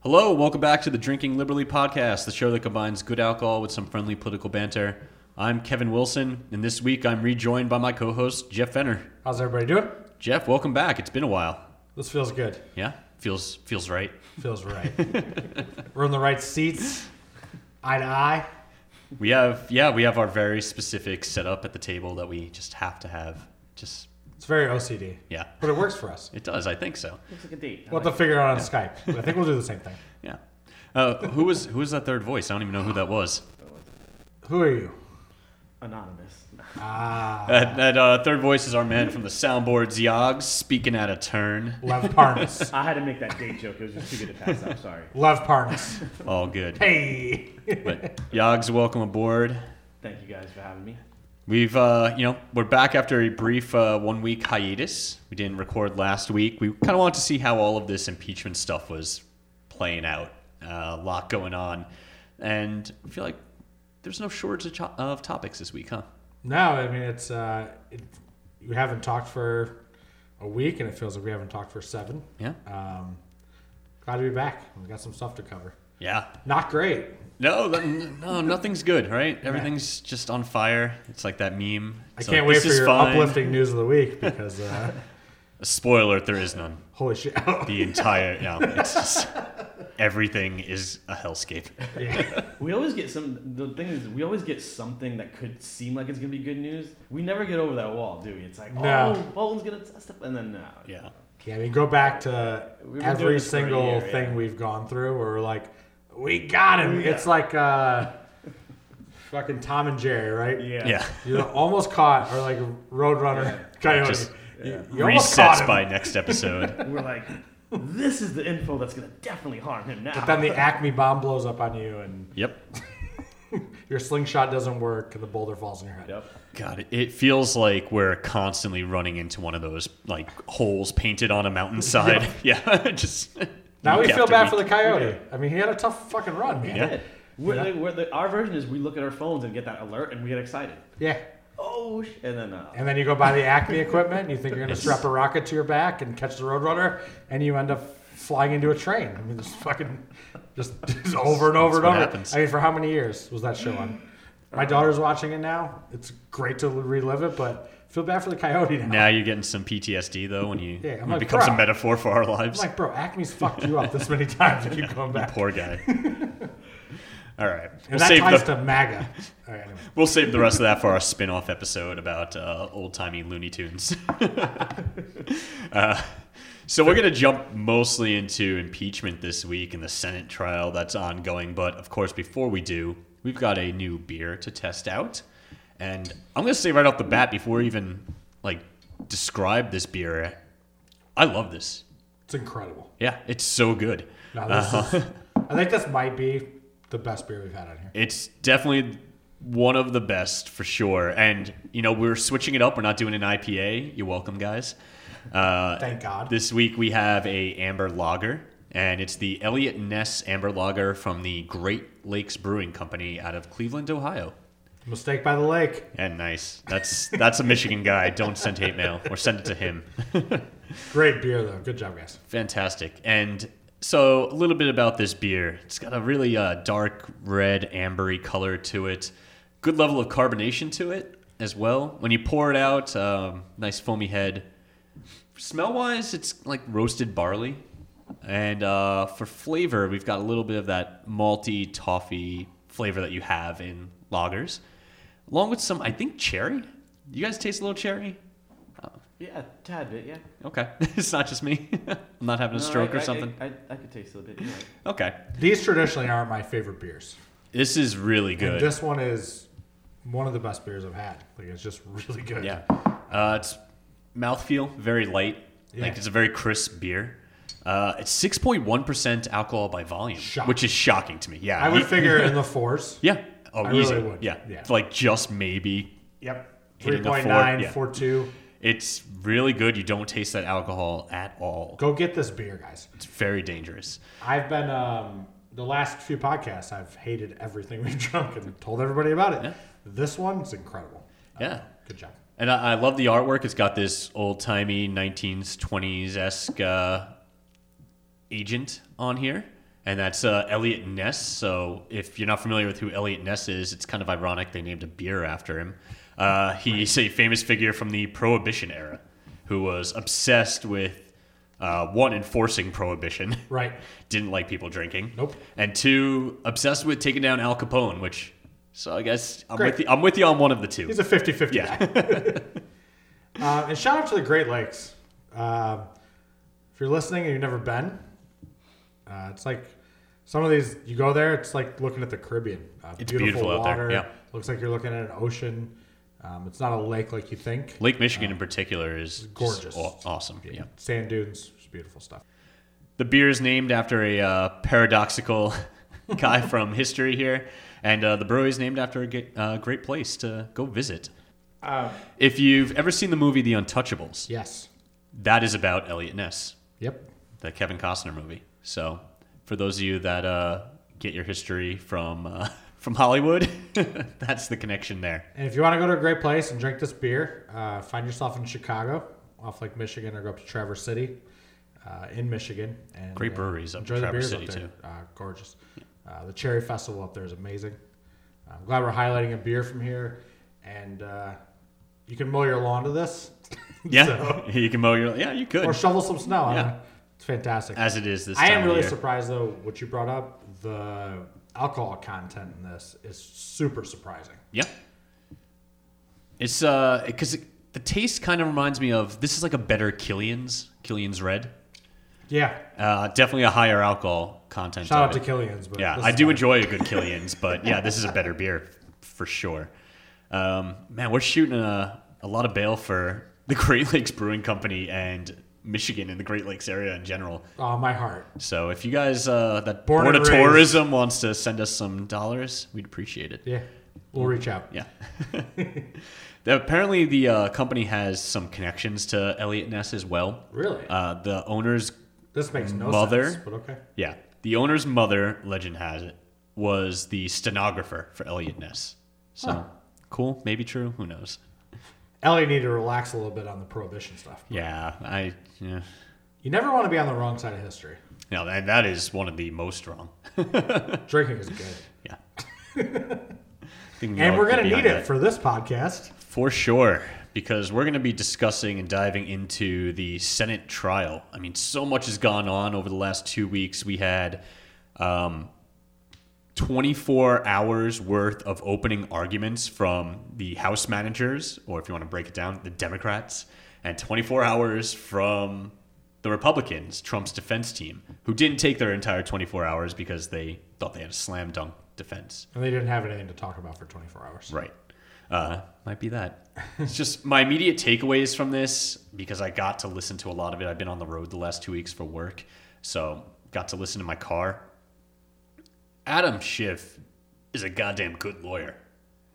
Hello, welcome back to the Drinking Liberally podcast, the show that combines good alcohol with some friendly political banter. I'm Kevin Wilson, and this week I'm rejoined by my co host, Jeff Fenner. How's everybody doing? Jeff, welcome back. It's been a while. This feels good. Yeah? Feels feels right. Feels right. We're in the right seats, eye to eye. We have yeah, we have our very specific setup at the table that we just have to have. Just It's very OCD, yeah. but it works for us. It does, I think so. Looks like a date. I We'll like have to figure it out on Skype. I think we'll do the same thing. Yeah. Uh, who was who was that third voice? I don't even know who that was. Who are you? it. anonymous. Ah, That, that uh, third voice is our man from the soundboard, Ziogs, speaking at a turn. Lev Parnas. I had to make that date joke. It was just too good to pass up. Sorry. Lev Parnas. All good. Hey. But Yogs, welcome aboard. Thank you guys for having me. We've, uh, you know, we're back after a brief uh, one week hiatus. We didn't record last week. We kind of wanted to see how all of this impeachment stuff was playing out. Uh, a lot going on. And I feel like there's no shortage of, cho- of topics this week, huh? No, I mean it's uh, it, we haven't talked for a week, and it feels like we haven't talked for seven. Yeah. Um, glad to be back. We got some stuff to cover. Yeah. Not great. No, th- no, nothing's good, right? Everything's just on fire. It's like that meme. I It's can't like, wait this for is your fine. uplifting news of the week because uh, Spoiler: There is none. holy shit. The entire no, it's just everything is a hellscape. yeah. We always get some. The thing is, we always get something that could seem like it's gonna be good news. We never get over that wall, do we? It's like, No. oh, Bolton's gonna testify, and then no. Yeah. Yeah, I mean, go back to We've been doing every this for a single year, thing yeah. we've gone through where we're like, we got him. Yeah. It's like uh, fucking Tom and Jerry, right? Yeah. Yeah. You almost caught, or like Roadrunner Yeah. Coyote. Just- you, Yeah. you almost caught Resets him. by next episode. We're like, this is the info that's gonna definitely harm him now. But then the Acme bomb blows up on you, and yep. your slingshot doesn't work, and the boulder falls on your head. Yep. God, it, it feels like we're constantly running into one of those like holes painted on a mountainside. yeah. Just Now we week feel after bad for the week. Coyote. I mean, he had a tough fucking run, man. Yeah. Yeah. We're- Yeah. like, we're the- our version is we look at our phones and get that alert and we get excited. Yeah. Oh, sh- and then uh, And then you go buy the Acme equipment, and you think you're going to Yes. strap a rocket to your back and catch the Roadrunner, and you end up flying into a train. I mean, this fucking just, just over and That's over and what over. happens. Uh, I mean, for how many years was that show on? My daughter's watching it now. It's great to relive it, but I feel bad for the coyote now. now you're getting some PTSD though when you Yeah, I'm when it like, becomes a "Bro." metaphor for our I'm lives. like, bro, Acme's fucked you up this many times and you going back. Poor guy. All right. And We'll that save ties the to MAGA. All right, anyway. we'll save the rest of that for our spin-off episode about uh, old-timey Looney Tunes. uh, so we're going to jump mostly into impeachment this week and the Senate trial that's ongoing, but of course before we do, we've got a new beer to test out. And I'm going to say right off the bat before we even like describe this beer, I love this. It's incredible. Yeah, it's so good. No, this is, Uh-huh. I think this might be the best beer we've had on here. It's definitely one of the best for sure. And you know, we're switching it up. We're not doing an IPA. You're welcome, guys. Uh, Thank God. This week we have a amber lager, and it's the Elliot Ness amber lager from the Great Lakes Brewing Company out of Cleveland, Ohio. Mistake by the lake. And nice. That's that's a Michigan guy. Don't send hate mail or send it to him. Great beer, though. Good job, guys. Fantastic. And so, a little bit about this beer. It's got a really uh, dark red, ambery color to it. Good level of carbonation to it as well. When you pour it out, um, nice foamy head. Smell wise, it's like roasted barley. And uh, for flavor, we've got a little bit of that malty toffee flavor that you have in lagers, along with some, I think, cherry. You guys taste a little cherry? yeah, tad bit, yeah. Okay. it's not just me. I'm not having a No, I- stroke I- or something. I, I, I could taste a little bit. you're right. Okay. These traditionally aren't my favorite beers. This is really And good. this one is one of the best beers I've had. Like it's just really good. yeah. Uh, it's mouthfeel, very light. Yeah. Like it's a very crisp beer. Uh, it's 6.1% alcohol by volume, Shocking. which is shocking to me. Yeah. I would you- figure in the fours. Yeah. Oh, I easy. really would. Yeah. Yeah. Like just maybe. Yep. Hitting a four, 3.9, yeah. 4.2. It's really good. You don't taste that alcohol at all. Go get this beer, guys. It's very dangerous. I've been um, the last few podcasts I've hated everything we've drunk and told everybody about it. Yeah. This one's incredible. Yeah. Good job. And I, I love the artwork. It's got this old timey 1920s esque uh, agent on here. and that's uh, Elliot Ness. So if you're not familiar with who Elliot Ness is, it's kind of ironic they named a beer after him. Uh, he's a famous figure from the Prohibition era who was obsessed with uh, one enforcing prohibition. Right. Didn't like people drinking. Nope. And two, obsessed with taking down Al Capone, which so I guess I'm Great. with you, I'm with you on one of the two. He's a 50 50. yeah. Uh, and shout out to the Great Lakes. Uh, if you're listening and you've never been, uh, it's like some of these, you go there, it's like looking at the Caribbean. Uh, It's beautiful out there, yeah. Looks like you're looking at an ocean. Um, it's not a lake like you think. Lake Michigan in particular is just gorgeous. aw- awesome. Yeah. Sand dunes, just beautiful stuff. The beer is named after a uh, paradoxical guy from history here, and uh, the brewery is named after a ge- uh, great place to go visit. Uh, If you've ever seen the movie The Untouchables, yes. that is about Elliot Ness, Yep. the Kevin Costner movie. So, for those of you that uh, get your history from uh, from Hollywood, that's the connection there. And if you want to go to a great place and drink this beer, uh, find yourself in Chicago, off Lake Michigan, or go up to Traverse City uh, in Michigan. And, Great uh, breweries up in enjoy the Traverse beers up City, there. Uh, gorgeous. Uh, the Cherry Festival up there is amazing. I'm glad we're highlighting a beer from here. And uh, you can mow your lawn to this. Yeah, you can mow your yeah, you or could shovel some snow. I don't Yeah. know. It's fantastic. as it is this. I time am of really year. surprised, though, what you brought up. The alcohol content in this is super surprising. Yeah. It's uh because the taste kind of reminds me of this is like a better Killian's Killian's Red. Yeah. Uh, definitely a higher alcohol content. Shout of out to it. Killian's. But Yeah, this I is do better. enjoy a good Killian's, but yeah, this is a better beer for sure. Um, man, we're shooting a, a lot of bail for the Great Lakes Brewing Company and Michigan and the Great Lakes area in general. Oh, my heart. So if you guys uh, that Born Board and of raised. Tourism wants to send us some dollars, we'd appreciate it. Yeah, we'll reach out. Yeah. Apparently, the uh, company has some connections to Elliot Ness as well. Really? Uh, the owner's, this makes no Mother? sense. But okay. yeah, the owner's mother, legend has it, was the stenographer for Elliot Ness. So Huh. cool, maybe true, who knows? Ellie needed to relax a little bit on the prohibition stuff. Yeah, I, yeah. You never want to be on the wrong side of history. no, that, that is one of the most wrong. Drinking is good, Yeah. I think we and all we're could gonna be on need that. it for this podcast. For sure, because we're going to be discussing and diving into the Senate trial. I mean, so much has gone on over the last two weeks. We had um, 24 hours worth of opening arguments from the House managers, or if you want to break it down, the Democrats, and 24 hours from the Republicans, Trump's defense team, who didn't take their entire 24 hours because they thought they had a slam dunk defense. And they didn't have anything to talk about for 24 hours. Right. Uh, might be that. it's just my immediate takeaways from this because I got to listen to a lot of it. I've been on the road the last two weeks for work, so got to listen to my car. Adam Schiff is a goddamn good lawyer.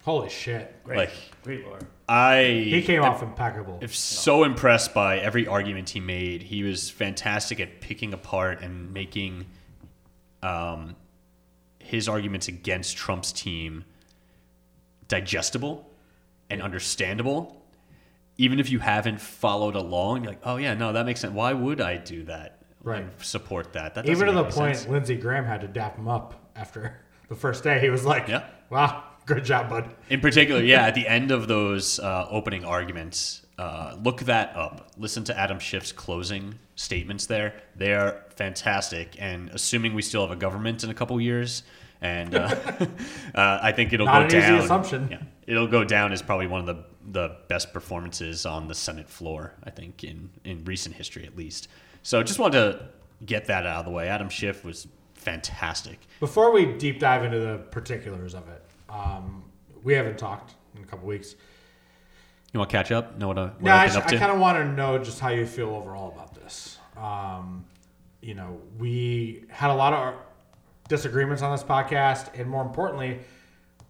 Holy shit! Great, Like- great lawyer. I He came off impeccable. am so impressed by every argument he made. He was fantastic at picking apart and making um, his arguments against Trump's team digestible and understandable. Even if you haven't followed along, you're like, oh yeah, no, that makes sense. Why would I do that? Right. And support that. That Even to doesn't the make point any sense. Lindsey Graham had to dap him up after the first day. He was like, Yeah. "Wow, good job, bud." In particular, yeah, at the end of those uh, opening arguments, uh, look that up. Listen to Adam Schiff's closing statements there. They are fantastic. And assuming we still have a government in a couple years, and uh, uh, I think it'll Not go an easy down. assumption. Yeah, it'll go down as probably one of the the best performances on the Senate floor. I think in in recent history, at least. So, just wanted to get that out of the way. Adam Schiff was fantastic. Before we deep dive into the particulars of it, um, we haven't talked in a couple weeks. You want to catch up? Know what, I, what No, I, I've been up to? kind of want to know just how you feel overall about this. Um, you know, we had a lot of disagreements on this podcast, and more importantly,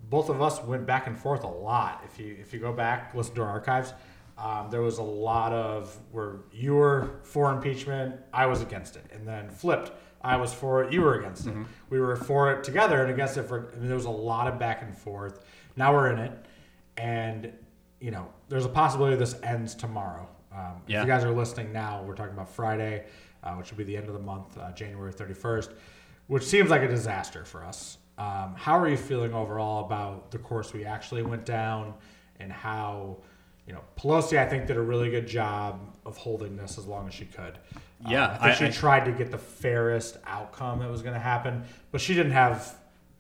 both of us went back and forth a lot. If you if you go back, listen to our archives, um, there was a lot of where you were for impeachment, I was against it, and then flipped. I was for it, you were against it. We were for it together and against it for. I mean, there was a lot of back and forth. Now we're in it, and you know, there's a possibility this ends tomorrow. Um, If Yeah. you guys are listening now, we're talking about Friday, uh, which will be the end of the month, uh, January 31st. which seems like a disaster for us. Um, how are you feeling overall about the course we actually went down and how, you know, Pelosi, I think, did a really good job of holding this as long as she could. Um, Yeah, I think I- she I- tried to get the fairest outcome that was going to happen, but she didn't have,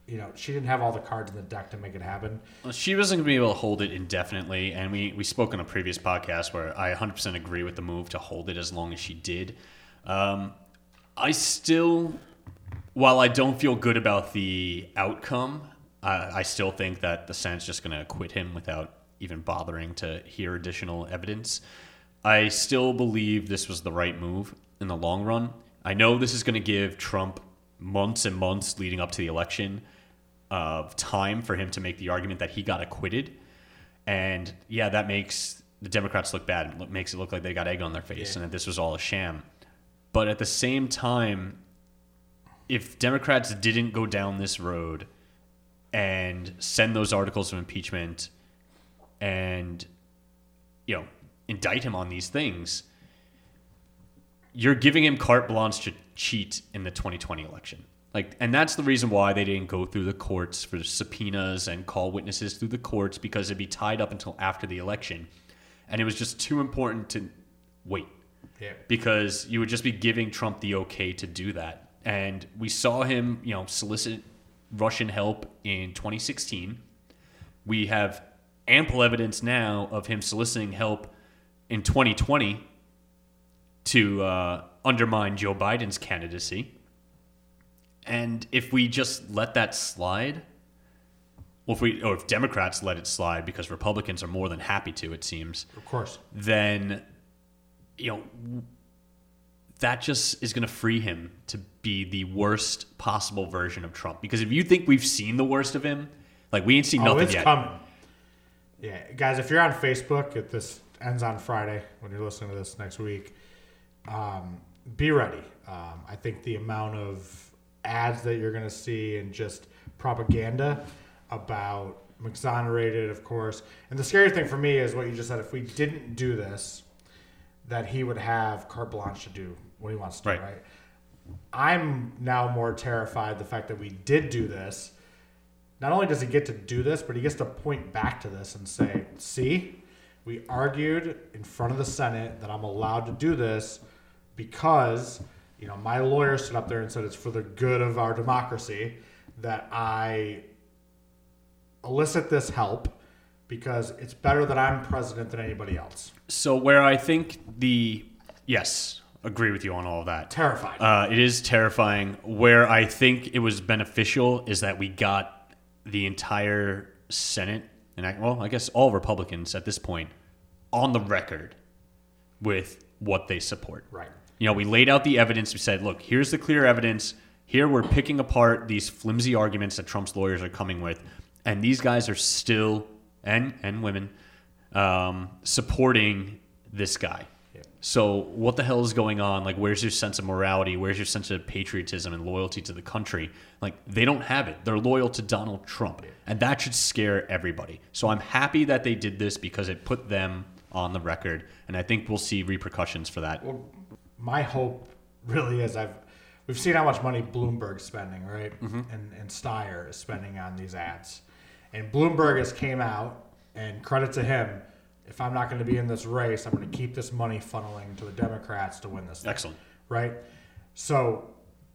you know, she didn't have all the cards in the deck to make it happen. Well, she wasn't going to be able to hold it indefinitely, and we, we spoke on a previous podcast where I 100% agree with the move to hold it as long as she did. Um, I still, while I don't feel good about the outcome, I, I still think that the Senate's just going to acquit him without even bothering to hear additional evidence. I still believe this was the right move in the long run. I know this is going to give Trump months and months leading up to the election of time for him to make the argument that he got acquitted. And yeah, that makes the Democrats look bad. It look- makes it look like they got egg on their face and that this was all a sham. But at the same time, if Democrats didn't go down this road and send those articles of impeachment and you know indict him on these things, you're giving him carte blanche to cheat in the 2020 election. Like, and that's the reason why they didn't go through the courts for subpoenas and call witnesses through the courts because it'd be tied up until after the election, and it was just too important to wait Yeah. because you would just be giving Trump the okay to do that. And we saw him, you know, solicit Russian help in 2016. We have ample evidence now of him soliciting help in 2020 to uh, undermine Joe Biden's candidacy. And if we just let that slide, well, if we or if Democrats let it slide because Republicans are more than happy to, it seems Of course. then you know that just is going to free him to be the worst possible version of Trump. Because if you think we've seen the worst of him, like we ain't seen oh, nothing it's yet. coming. Yeah, guys, if you're on Facebook, if this ends on Friday when you're listening to this next week, um, be ready. Um, I think the amount of ads that you're going to see and just propaganda about I'm exonerated, of course. And the scary thing for me is what you just said. If we didn't do this, that he would have carte blanche to do what he wants to Right. do, right? I'm now more terrified the fact that we did do this. Not only does he get to do this, but he gets to point back to this and say, see, we argued in front of the Senate that I'm allowed to do this because, you know, my lawyer stood up there and said it's for the good of our democracy that I elicit this help because it's better that I'm president than anybody else. So where I think the yes, agree with you on all of that. Terrified. Uh, it is terrifying. Where I think it was beneficial is that we got the entire Senate, and I, well, I guess all Republicans at this point, on the record with what they support. right. You know, we laid out the evidence. We said, look, here's the clear evidence. Here we're picking apart these flimsy arguments that Trump's lawyers are coming with, and these guys are still and and women um, supporting this guy. So what the hell is going on? Like, where's your sense of morality? Where's your sense of patriotism and loyalty to the country? Like, they don't have it. They're loyal to Donald Trump, and that should scare everybody. So I'm happy that they did this because it put them on the record, and I think we'll see repercussions for that. my hope really is I've we've seen how much money Bloomberg's spending, right? And and Steyer is spending on these ads. And Bloomberg has came out and credit to him, if I'm not going to be in this race, I'm going to keep this money funneling to the Democrats to win this. thing, Excellent. Right? So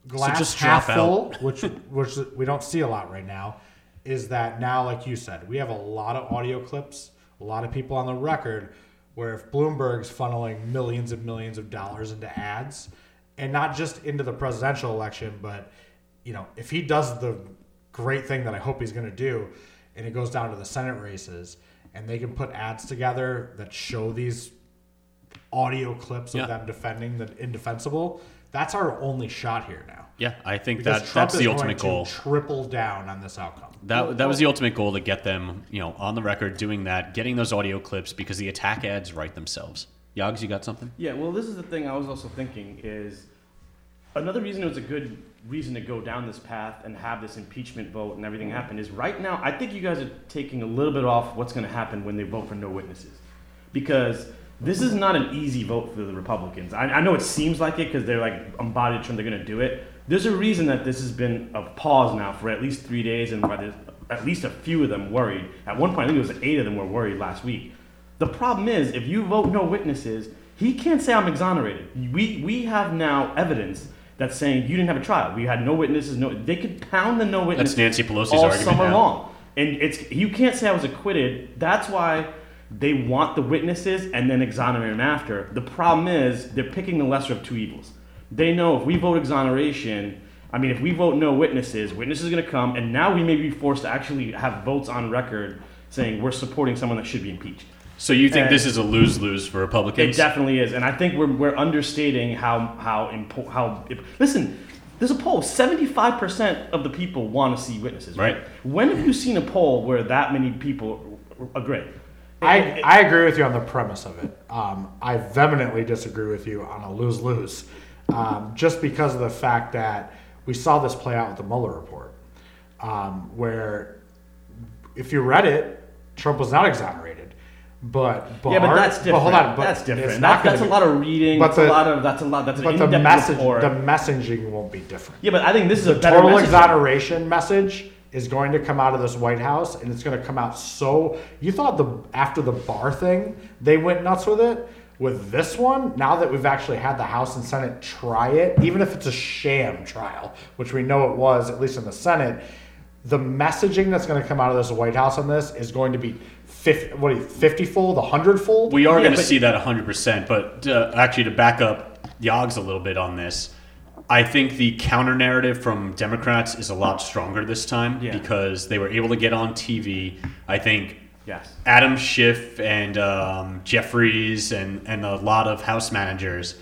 glass just half drop out. full, which which we don't see a lot right now, is that now like you said, we have a lot of audio clips, a lot of people on the record where if Bloomberg's funneling millions and millions of dollars into ads and not just into the presidential election, but you know, if he does the great thing that I hope he's going to do and it goes down to the Senate races and they can put ads together that show these audio clips of Yeah. them defending the indefensible, that's our only shot here now. Yeah, I think Because that Trump that's is the ultimate going goal. to triple down on this outcome. That that was the ultimate goal to get them, you know, on the record doing that, getting those audio clips because the attack ads write themselves. Yogs, you got something? Yeah, well, this is the thing I was also thinking is another reason it was a good reason to go down this path and have this impeachment vote and everything happen is right now I think you guys are taking a little bit off what's going to happen when they vote for no witnesses because this is not an easy vote for the Republicans. I, I know it seems like it because they're like embodied Trump, they're going to do it, There's a reason that this has been a pause now for at least three days, and by the, at least a few of them worried. At one point, I think it was eight of them were worried last week. The problem is, if you vote no witnesses, he can't say I'm exonerated. We we have now evidence that's saying you didn't have a trial. We had no witnesses. No, they could pound the no witnesses. Nancy Pelosi's all argument summer now. long, and it's you can't say I was acquitted. That's why they want the witnesses and then exonerate them after. The problem is they're picking the lesser of two evils. They know if we vote exoneration, I mean, if we vote no witnesses, witnesses are going to come, and now we may be forced to actually have votes on record saying we're supporting someone that should be impeached. So you think And- this is a lose lose for It Republicans? definitely is, and I think we're, we're understating how how impo- how. If, listen, there's a poll. Seventy five percent of the people want to see witnesses. Right. When have you seen a poll where that many people agree? I, I agree with you on the premise of it. Um, I vehemently disagree with you on a lose lose, um, just because of the fact that we saw this play out with the Mueller report, um, where if you read it, Trump was not exonerated. But Barr, yeah, but that's different. But hold on, but that's different. It's That- not that's a lot of reading. but That's a the- lot of that's a lot. That's an But in-depth the message, report. the messaging won't be different. yeah, but I think this is a better total message. exoneration message is going to come out of this White House, and it's going to come out so. You thought the after the bar thing, they went nuts with it. With this one, now that we've actually had the House and Senate try it, even if it's a sham trial, which we know it was, at least in the Senate, the messaging that's going to come out of this White House on this is going to be 50, what are you, 50 fold, 100 fold? We are Yeah, going to but- see that 100%. But uh, actually, to back up Yogs a little bit on this, I think the counter narrative from Democrats is a lot stronger this time Yeah. because they were able to get on TV. I think Yes. Adam Schiff and um, Jeffries and, and a lot of House managers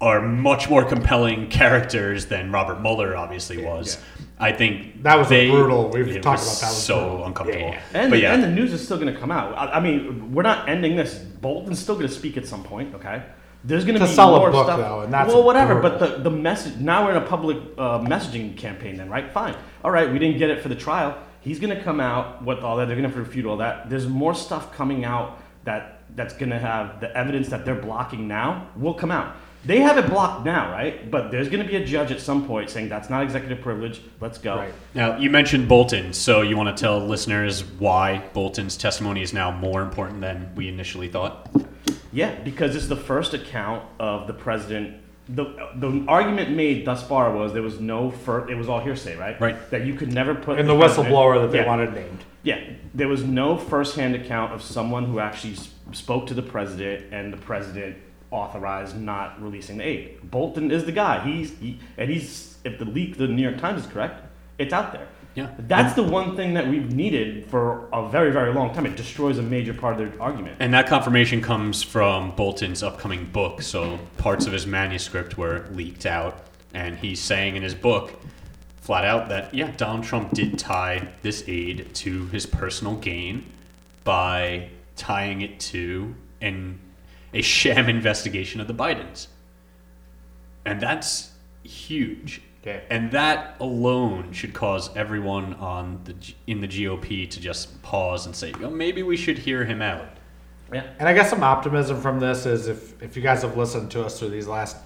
are much more compelling characters than Robert Mueller obviously was. I think That was a they- brutal- we've it talked was about that was so brutal. uncomfortable. Yeah. And, but yeah, and the news is still going to come out. I, I mean, we're not ending this. Bolton's still going to speak at some point. Okay, there's going It's to a be solid more book, stuff. though, and that's well, whatever. brutal. But the, the message now we're in a public uh, messaging campaign. Then right, fine. All right, we didn't get it for the trial. He's going to come out with all that. They're going to refute all that. There's more stuff coming out that that's going to have the evidence that they're blocking now will come out. They have it blocked now, right? But there's going to be a judge at some point saying that's not executive privilege. Let's go. Right. Now, you mentioned Bolton, so you want to tell listeners why Bolton's testimony is now more important than we initially thought? Yeah, because this is the first account of the president. The, the argument made thus far was there was no fir- it was all hearsay, right? Right. That you could never put and the president- whistleblower that they Yeah. wanted named. Yeah, there was no firsthand account of someone who actually s- spoke to the president and the president authorized not releasing the aid. Bolton is the guy. He's he, and he's if the leak, the New York Times is correct, it's out there. Yeah. That's the one thing that we've needed for a very very long time. It destroys a major part of their argument. And that confirmation comes from Bolton's upcoming book, so parts of his manuscript were leaked out, and he's saying in his book, flat out, that, yeah, Donald Trump did tie this aid to his personal gain by tying it to an, a sham investigation of the Bidens. And that's huge. Okay. And that alone should cause everyone on the G- in the GOP to just pause and say, oh, maybe we should hear him out. Yeah. And I guess some optimism from this is if, if you guys have listened to us through these last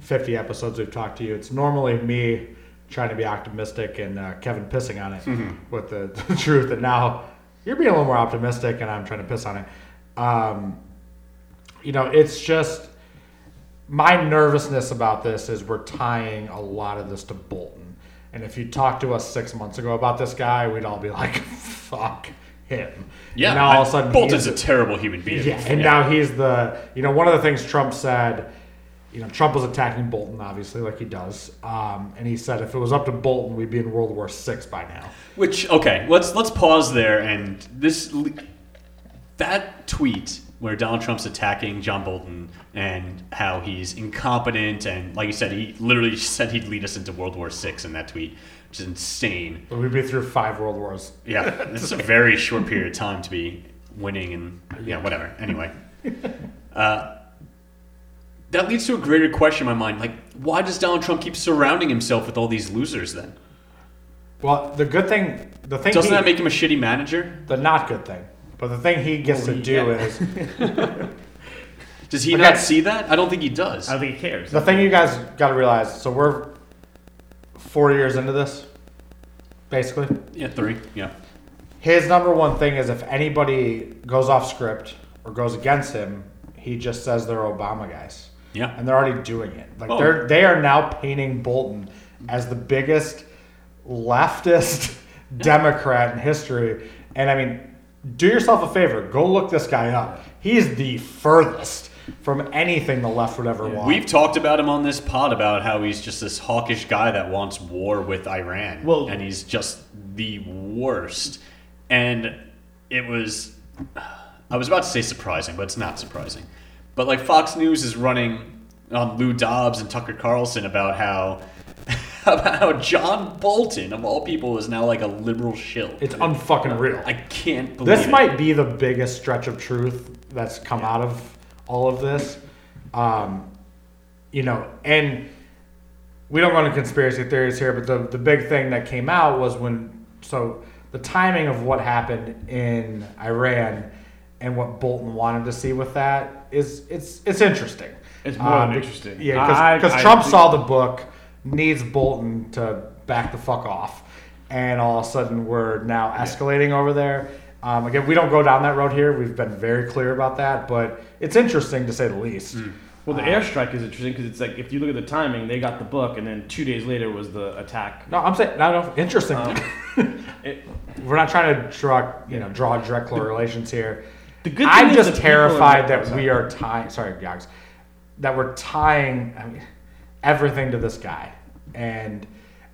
50 episodes we've talked to you, it's normally me trying to be optimistic and uh, Kevin pissing on it Mm-hmm. with the, the truth. And now you're being a little more optimistic and I'm trying to piss on it. Um, you know, it's just my nervousness about this is we're tying a lot of this to Bolton. And if you talked to us six months ago about this guy, we'd all be like, fuck him. Yeah, And now all of I- a sudden, Bolton's he's- a terrible human being. yeah, and now he's the you know one of the things Trump said. You know, Trump was attacking Bolton, obviously, like he does, um, and he said if it was up to Bolton, we'd be in World War VI by now. Which okay, let's let's pause there and this le- that tweet where Donald Trump's attacking John Bolton and how he's incompetent and like you said, he literally said he'd lead us into World War VI in that tweet, which is insane. But we'd be through five world wars. Yeah, it's a very short period of time to be winning and yeah, whatever. Anyway, uh, that leads to a greater question in my mind: like, why does Donald Trump keep surrounding himself with all these losers? Then Well, the good thing, the thing doesn't he- that make him a shitty manager? the not good thing, but the thing he gets to do yeah. is Does he Okay. not see that? I don't think he does. I don't think he cares. the thing you guys got to realize. So we're four years into this, basically. Yeah, three. Yeah. His number one thing is if anybody goes off script or goes against him, he just says they're Obama guys. Yeah. And they're already doing it. Like Oh. they're they are now painting Bolton as the biggest leftist Democrat in history. And I mean, do yourself a favor, go look this guy up. He's the furthest from anything the left would ever want. We've talked about him on this pod about how he's just this hawkish guy that wants war with Iran. Well- and he's just the worst. And it was, I was about to say surprising, but it's not surprising. But like Fox News is running on Lou Dobbs and Tucker Carlson about how about how John Bolton of all people is now like a liberal shill. it's unfucking real. I can't believe This it. might be the biggest stretch of truth that's come out of all of this. Um, you know, and we don't go into conspiracy theories here, but the, the big thing that came out was when, so the timing of what happened in Iran and what Bolton wanted to see with that is it's it's interesting. Um, It's more than interesting. Yeah, I- because I Trump do- saw the book, needs Bolton to back the fuck off, and all of a sudden we're now escalating over there. Um, again, we don't go down that road here. We've been very clear about that, but it's interesting to say the least. Well, the airstrike is interesting because it's like if you look at the timing, they got the book, and then two days later was the attack. No, I'm saying no, no, interesting. It, Um, we're not trying to draw you know draw direct correlations here. The good thing I'm is just the people are- terrified that we are tying. Sorry, Yags, that we're tying I mean, everything to this guy, and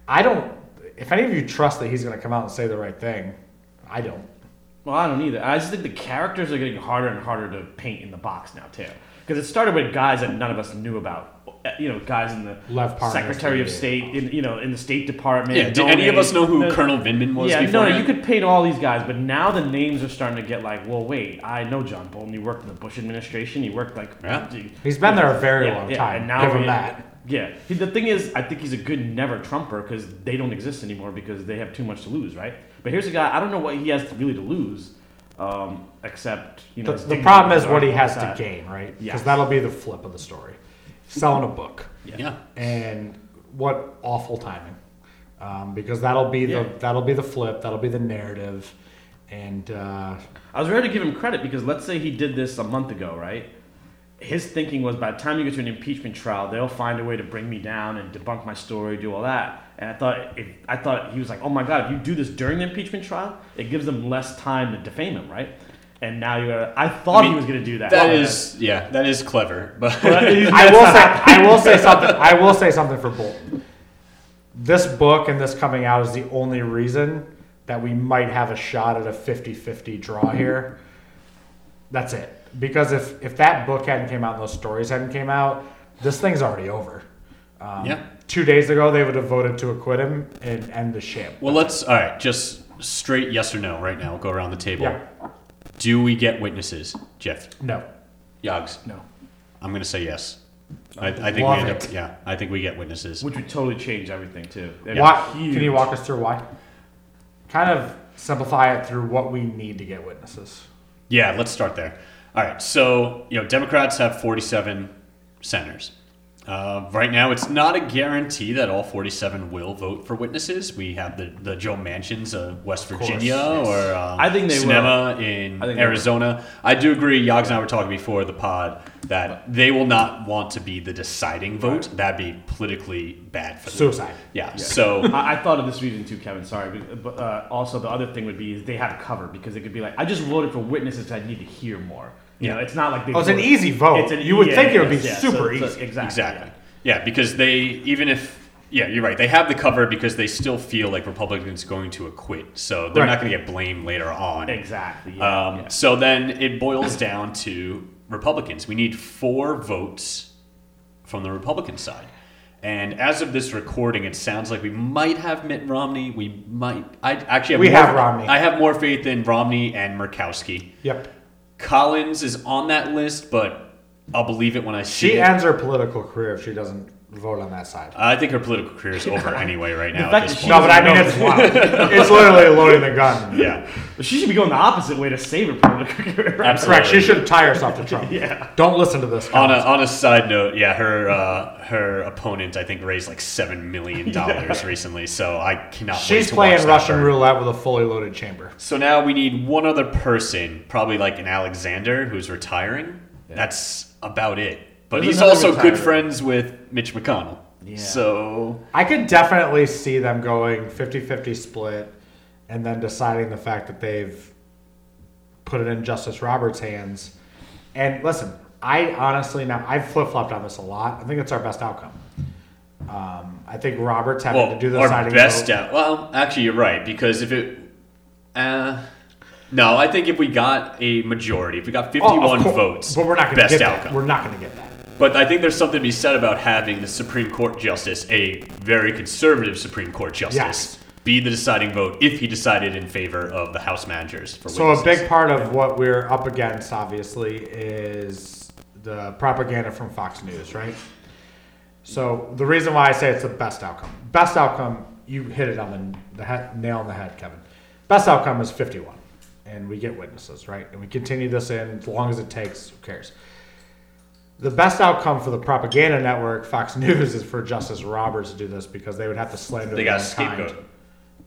I don't. If any of you trust that he's going to come out and say the right thing, I don't. well, I don't either. I just think the characters are getting harder and harder to paint in the box now too, because it started with guys that none of us knew about. Uh, You know, guys in the Lev Parnas, Secretary of yeah. State, in, you know, in the State Department. Yeah, did any of us know who Donate. Colonel Vindman was yeah, no, before? no, you could paint all these guys, but now the names are starting to get like, well, wait, I know John Bolton. He worked in the Bush administration. He worked like, Yeah. he- He's been there a very yeah, long yeah, time. And now give him we- that. Yeah, He- the thing is, I think he's a good never Trumper because they don't exist anymore because they have too much to lose, right? But here's a guy. I don't know what he has to really to lose, um, except you know. The, his the dignity problem is or what he has to outside. gain, right? Because Yes. that'll be the flip of the story. Selling a book. yeah. and what awful timing um, because that'll be Yeah. the that'll be the flip that'll be the narrative and uh, I was ready to give him credit because let's say he did this a month ago, right? His thinking was by the time you get to an impeachment trial, they'll find a way to bring me down and debunk my story, do all that. And I thought, if, I thought he was like, oh my god, if you do this during the impeachment trial, it gives them less time to defame him, right? And now you're, I thought I mean, he was going to do that. That Oh, is, yeah, that is clever. But I will say I will say something I will say something for Bolton. This book and this coming out is the only reason that we might have a shot at a 50-50 draw here. That's it. Because if if that book hadn't came out and those stories hadn't came out, this thing's already over. Um, Yeah. Two days ago, they would have voted to acquit him and end the ship. well, let's all right. Just straight yes or no right now. We'll go around the table. Yeah. Do we get witnesses, Jeff? No. Yogs. No, I'm gonna say yes. I, I think we Love end up, it. yeah. I think we get witnesses. which would totally change everything too. That'd be Why? huge. Can you walk us through why? Kind of simplify it through what we need to get witnesses. Yeah, let's start there. All right, so you know Democrats have 47 senators. Uh, right now, it's not a guarantee that all 47 will vote for witnesses. We have the, the Joe Manchins of West course, Virginia yes. or um, I think they will. Sinema in I think they will. Arizona. I do agree. Yogs and I were talking before the pod that they will not want to be the deciding vote. That'd be politically bad for them. Suicide. Yeah. So I, I thought of this reason too, Kevin. Sorry, but, but uh, also the other thing would be is they have cover because it could be like I just voted for witnesses. 'cause I need to hear more. You Yeah. know, it's not like they Oh, it's an voted- easy vote. You would think it would be super so- so- easy. exactly. Exactly. Yeah. because they even if yeah, you're right. They have the cover because they still feel like Republicans going to acquit, so they're Right. not going to get blamed later on. Yeah. Exactly. Yeah, Um, yeah. So then it boils down to Republicans. We need four votes from the Republican side. And as of this recording, it sounds like we might have Mitt Romney. We might. I actually have We more- have Romney. I have more faith in Romney and Murkowski. Yep. Collins is on that list, but I'll believe it when I see She it. ends her political career if she doesn't vote on that side. I think her political career is over anyway right now. fact At that this she- point. No, but I mean it's wild. it's literally loading the gun. yeah, She should be going the opposite way to save her political career. right? absolutely. Correct. She should tie herself to Trump. Yeah. Don't listen to this. On a, guy. on a side note, yeah, her uh, her opponent I think raised like seven million dollars recently, so I cannot. wait She's to playing watch that Russian burn. roulette with a fully loaded chamber. So now we need one other person, probably like an Alexander who's retiring. That's about it. But There's he's another also good retirement. friends with Mitch McConnell. Yeah. So I could definitely see them going 50-50 split and then deciding the fact that they've put it in Justice Roberts' hands. And listen, I honestly now I've flip flopped on this a lot. I think it's our best outcome. Um, I think Roberts having well, to do the Oh, our deciding best vote- out. Well, actually, you're right because if it, uh, no, I think if we got a majority, if we got Oh, of 51 course. votes, but we're not going to best get outcome. That. We're not going to get that. But I think there's something to be said about having the Supreme Court justice, a very conservative Supreme Court justice, Yes. be the deciding vote if he decided in favor of the House managers. For So a witnesses. big part of what we're up against, obviously, is the propaganda from Fox News, right? So the reason why I say it's the best outcome, best outcome, you hit it on the, the head, nail on the head, Kevin. Best outcome is 51, and we get witnesses, right? And we continue this in as long as it takes. Who cares? The best outcome for the propaganda network, Fox News, is for Justice Roberts to do this because they would have to slander. They got a mankind. scapegoat.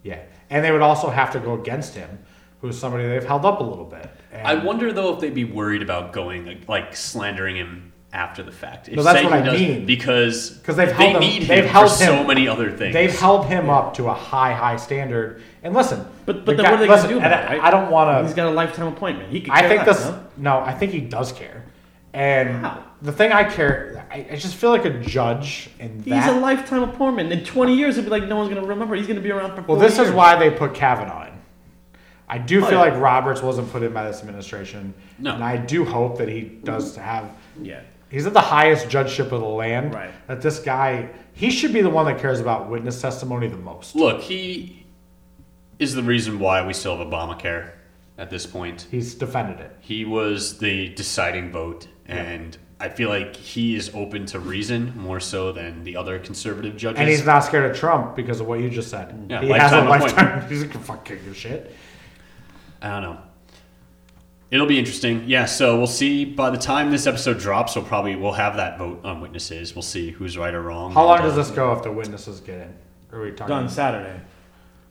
Yeah, and they would also have to go against him, who's somebody they've held up a little bit. And I wonder though if they'd be worried about going like slandering him after the fact. If No, that's saying what he I does- mean. because 'Cause they've they held him- need they've him held for so him- many other things. They've held him up to a high, high standard. And listen, But- but the then what are they gonna listen, do and about it, I- right? I don't want He's to. got a lifetime appointment. He could. I care think less, this. No, no? I think he does care. And How? the thing I care, I, I just feel like a judge in He's that. a lifetime appointment. In 20 years, it'll be like no one's gonna remember. He's gonna be around for. Well, 40 this is years. why they put Kavanaugh in. I do Oh, feel yeah. like Roberts wasn't put in by this administration. No. And I do hope that he does have. Yeah. He's at the highest judgeship of the land. Right. That this guy, he should be the one that cares about witness testimony the most. Look, he is the reason why we still have Obamacare at this point. He's defended it. He was the deciding vote, and I feel like he is open to reason more so than the other conservative judges. And he's not scared of Trump because of what you just said. Yeah, he has a lifetime lifetime. He's like, fuck, kick your shit. I don't know. It'll be interesting. Yeah, so we'll see. By the time this episode drops, we'll probably we'll have that vote on witnesses. We'll see who's right or wrong. How long And, does uh, this go if the witnesses get in? Are we talking? Done Saturday.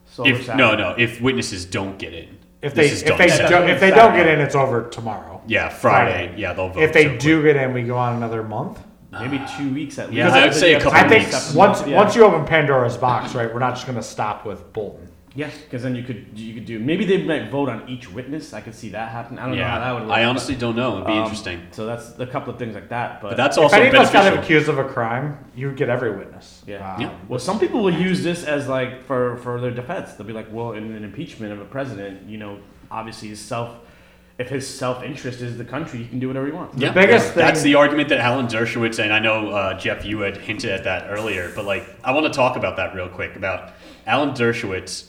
So If no, no, if witnesses don't get in, If they this is if done they Saturday. do, if they don't get in, it's over tomorrow. yeah, Friday, yeah, they'll vote. If they so- do get in, we go on another month. Maybe two weeks at least. Ah. Yeah, I would say a couple I think weeks. once once you open Pandora's box, right? We're not just gonna stop with Bolton. Yeah, because then you could you could do maybe they might vote on each witness. I could see that happen. I don't know yeah, how that would. Work, I honestly don't know. It'd be um, interesting. So that's a couple of things like that. But, But that's If also any of us got beneficial. accused of a crime, you would get every witness. Yeah. Um, Yeah. well, some people will use this as like for for their defense. They'll be like, well, in an impeachment of a president, you know, obviously his self, if his self interest is the country, he can do whatever he wants. Yeah, biggest that's thing- the argument that Alan Dershowitz and I know uh, Jeff, you had hinted at that earlier, but like I want to talk about that real quick about Alan Dershowitz,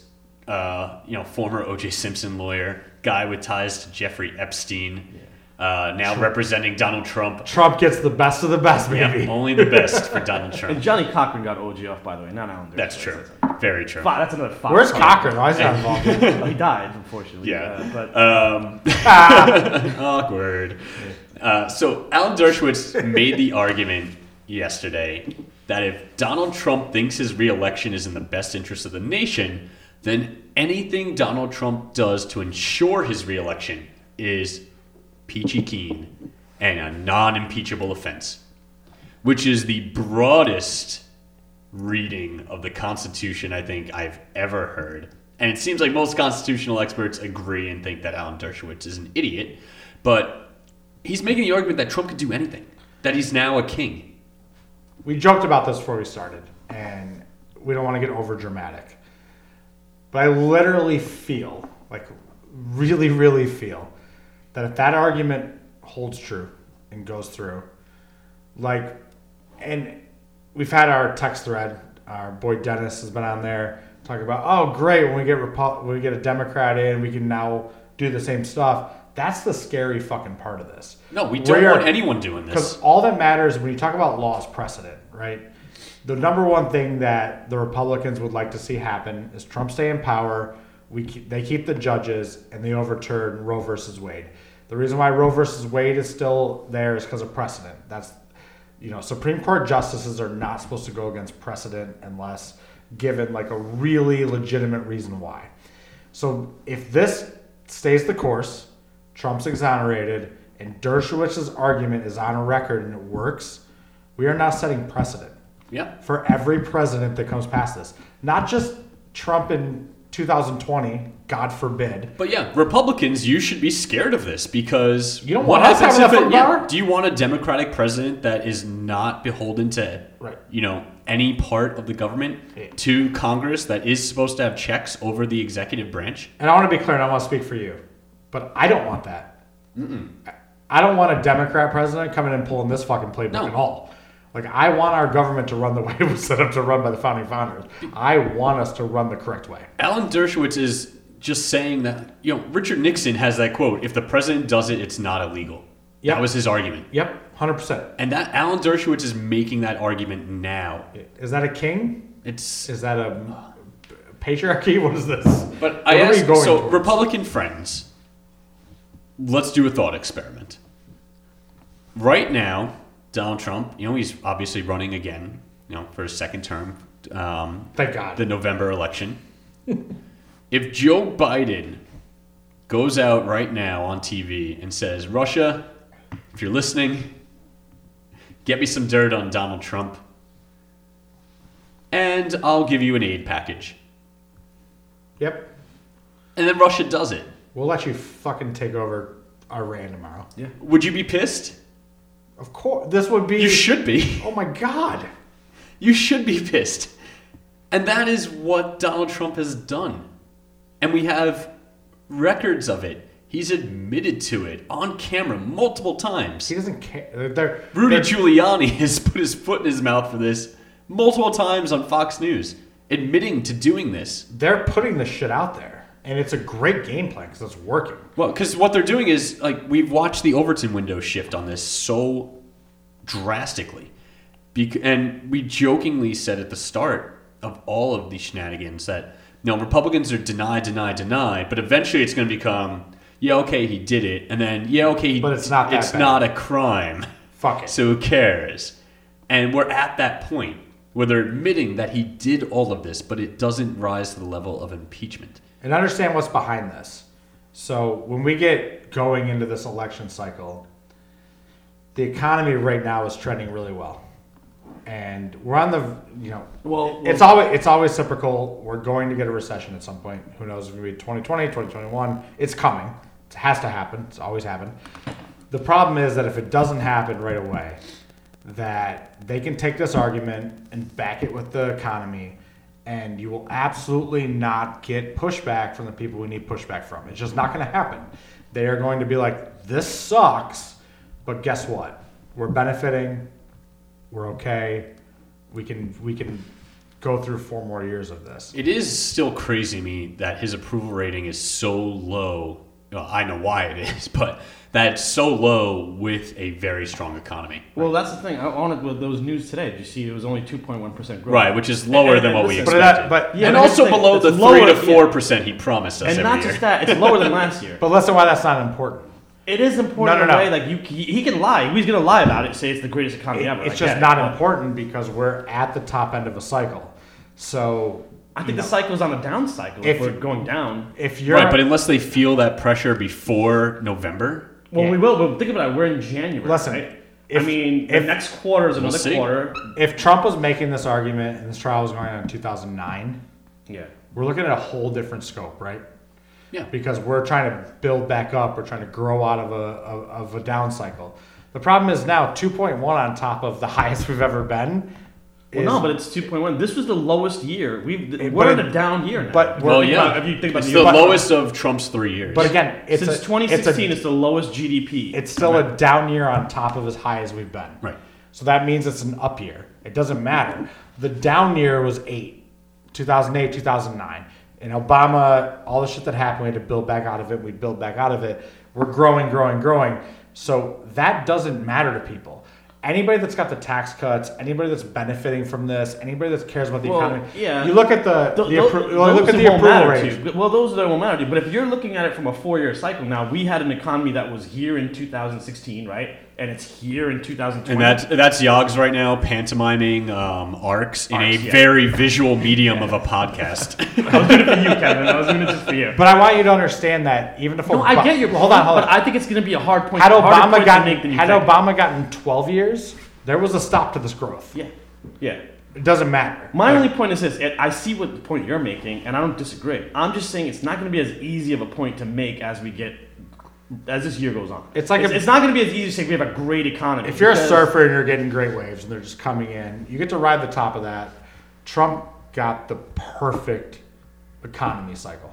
uh, you know, former O.J. Simpson lawyer, guy with ties to Jeffrey Epstein, uh, now representing Donald Trump. Trump gets the best of the best, baby. Yeah, Oh, only the best for Donald And Trump. Johnny Cochran got OJ off, by the way, not Alan. Dershowitz. That's true. Very true. Fi- That's another five. Where's Cochran? Why is he not involved? he died, unfortunately. Yeah. uh, but Um, awkward. Uh, so Alan Dershowitz made the argument yesterday that if Donald Trump thinks his reelection is in the best interest of the nation, then anything Donald Trump does to ensure his reelection is peachy keen and a non-impeachable offense, which is the broadest reading of the Constitution I think I've ever heard. And it seems like most constitutional experts agree and think that Alan Dershowitz is an idiot, but he's making the argument that Trump could do anything, that he's now a king. we joked about this before we started, and we don't want to get over dramatic. But I literally feel, like, really, really feel that if that argument holds true and goes through, like, and we've had our text thread, our boy Dennis has been on there talking about, oh, great, when we get Repu- when we get a Democrat in, we can now do the same stuff. That's the scary fucking part of this. No, we don't are- want anyone doing because this. all that matters when you talk about law is precedent, right? the number one thing that the Republicans would like to see happen is Trump stay in power. We keep, they keep the judges and they overturn Roe versus Wade. The reason why Roe versus Wade is still there is because of precedent. That's you know Supreme Court justices are not supposed to go against precedent unless given like a really legitimate reason why. So if this stays the course, Trump's exonerated, and Dershowitz's argument is on a record and it works, we are now setting precedent Yep. for every president that comes past this. Not just Trump in 2020, God forbid. But yeah, Republicans, you should be scared of this because You don't want us having that front power? do you want a Democratic president that is not beholden to Right. you know any part of the government Yeah. to Congress that is supposed to have checks over the executive branch? And I want to be clear, and I want to speak for you, but I don't want that. I don't want a Democrat president coming and pulling this fucking playbook No. at all. Like, I want our government to run the way it was set up to run by the founding founders. I want us to run the correct way. Alan Dershowitz is just saying that you know Richard Nixon has that quote: "If the president does it, it's not illegal." Yeah. That was his argument, Yep, 100%. and that Alan Dershowitz is making that argument now. Is that a king? It's Is that a patriarchy? What is this? But What I are we ask, going so towards? Republican friends, let's do a thought experiment. Right now, Donald Trump, you know, he's obviously running again, you know, for his second term, um, Thank God. the November election. if Joe Biden goes out right now on TV and says, Russia, if you're listening, get me some dirt on Donald Trump, and I'll give you an aid package. Yep. And then Russia does it. We'll let you fucking take over Iran tomorrow. Would you be pissed? Of course. This would be. You should be. oh my God. You should be pissed. And that is what Donald Trump has done. And we have records of it. He's admitted to it on camera multiple times. He doesn't care. They're, they're- Rudy they're- Giuliani has put his foot in his mouth for this multiple times on Fox News, admitting to doing this. they're putting this shit out there, and it's a great game plan because it's working. Well, because what they're doing is like we've watched the Overton window shift on this so drastically, Bec- and we jokingly said at the start of all of these shenanigans that you know Republicans are deny, deny, deny, but eventually it's going to become yeah, okay, he did it, and then yeah, okay, he, But it's not that it's bad. not a crime, Fuck it. so who cares? And we're at that point where they're admitting that he did all of this, but it doesn't rise to the level of impeachment. and understand what's behind this. So when we get going into this election cycle, the economy right now is trending really well, and we're on the you know Well- it's always it's always cyclical. We're going to get a recession at some point. Who knows? It's going to be 2020, 2021. It's coming. It has to happen. It's always happened. The problem is that if it doesn't happen right away, that they can take this argument and back it with the economy, and you will absolutely not get pushback from the people we need pushback from. It's just not going to happen. They are going to be like, this sucks, but guess what? We're benefiting. We're okay. We can we can go through four more years of this. It is still crazy to me that his approval rating is so low. Well, I know why it is, but that's so low with a very strong economy. Well, that's the thing. I wanted with those news today. Did you see it was only 2.1% growth? Right, which is lower than what we But expected. that- but- yeah, and but here's also the thing, below it's the lower- three to yeah. four percent he promised us every And not year. just that, it's lower than last year. But listen, why that's not important. It is important No, in no, no. a way. Like you, he he can lie. He's gonna lie about it. Say it's the greatest economy It- ever. it's I get just it. not important because we're at the top end of a cycle. So I you think the know, cycle's on a down cycle. If- If, we're going down, if you're right, but unless they feel that pressure before November, well, Yeah. we will. But think about it. We're in January. Listen, right? if- I mean, if- the next quarter is another see. quarter. if Trump was making this argument and this trial was going on in 2009, Yeah. we're looking at a whole different scope, right? Yeah. Because we're trying to build back up, we're trying to grow out of a of, of a down cycle. The problem is now 2.1 on top of the highest we've ever been. Well, is- no, but it's 2.1. This was the lowest year. We've It- we're but it- in a down year now. but we're- well, Think yeah, about- if you think about it's the the year- lowest of Trump's three years. but again, it's since a- 2016, It's, it's, the lowest GDP. a, it's still a down year on top of as high as we've been. Right. So that means it's an up year. It doesn't matter. The down year was eight, 2008, 2009. And Obama, all the shit that happened, we had to build back out of it. We build back out of it. We're growing, growing, growing. So that doesn't matter to people. anybody that's got the tax cuts, anybody that's benefiting from this, anybody that cares about the Well, economy. yeah. You look at the, Th- the tho- appro- well, look those at the won't approval matter to rate. you. Well, those that won't matter to you. But if you're looking at it from a four-year cycle now, we had an economy that was here in 2016, right? And it's here in 2020. And that's that's Yogs right now pantomiming um, arcs in Arcs, a yeah. very visual medium of a podcast. I was doing it for you, Kevin. I was doing it just for you. But I want you to understand that even if No, Ob- I get your well, hold on, point, hold on. But I think it's going to be a hard point. had harder point Obama to gotten make than you had think. Obama gotten 12 years, there was a stop to this growth. Yeah, yeah. It doesn't matter. My Like, only point is this: and I see what the point you're making, and I don't disagree. I'm just saying it's not going to be as easy of a point to make as we get as this year goes on. It's like it's, if- it's not going to be as easy to say we have a great economy. if you're a because- surfer and you're getting great waves and they're just coming in, you get to ride the top of that. Trump got the perfect economy cycle.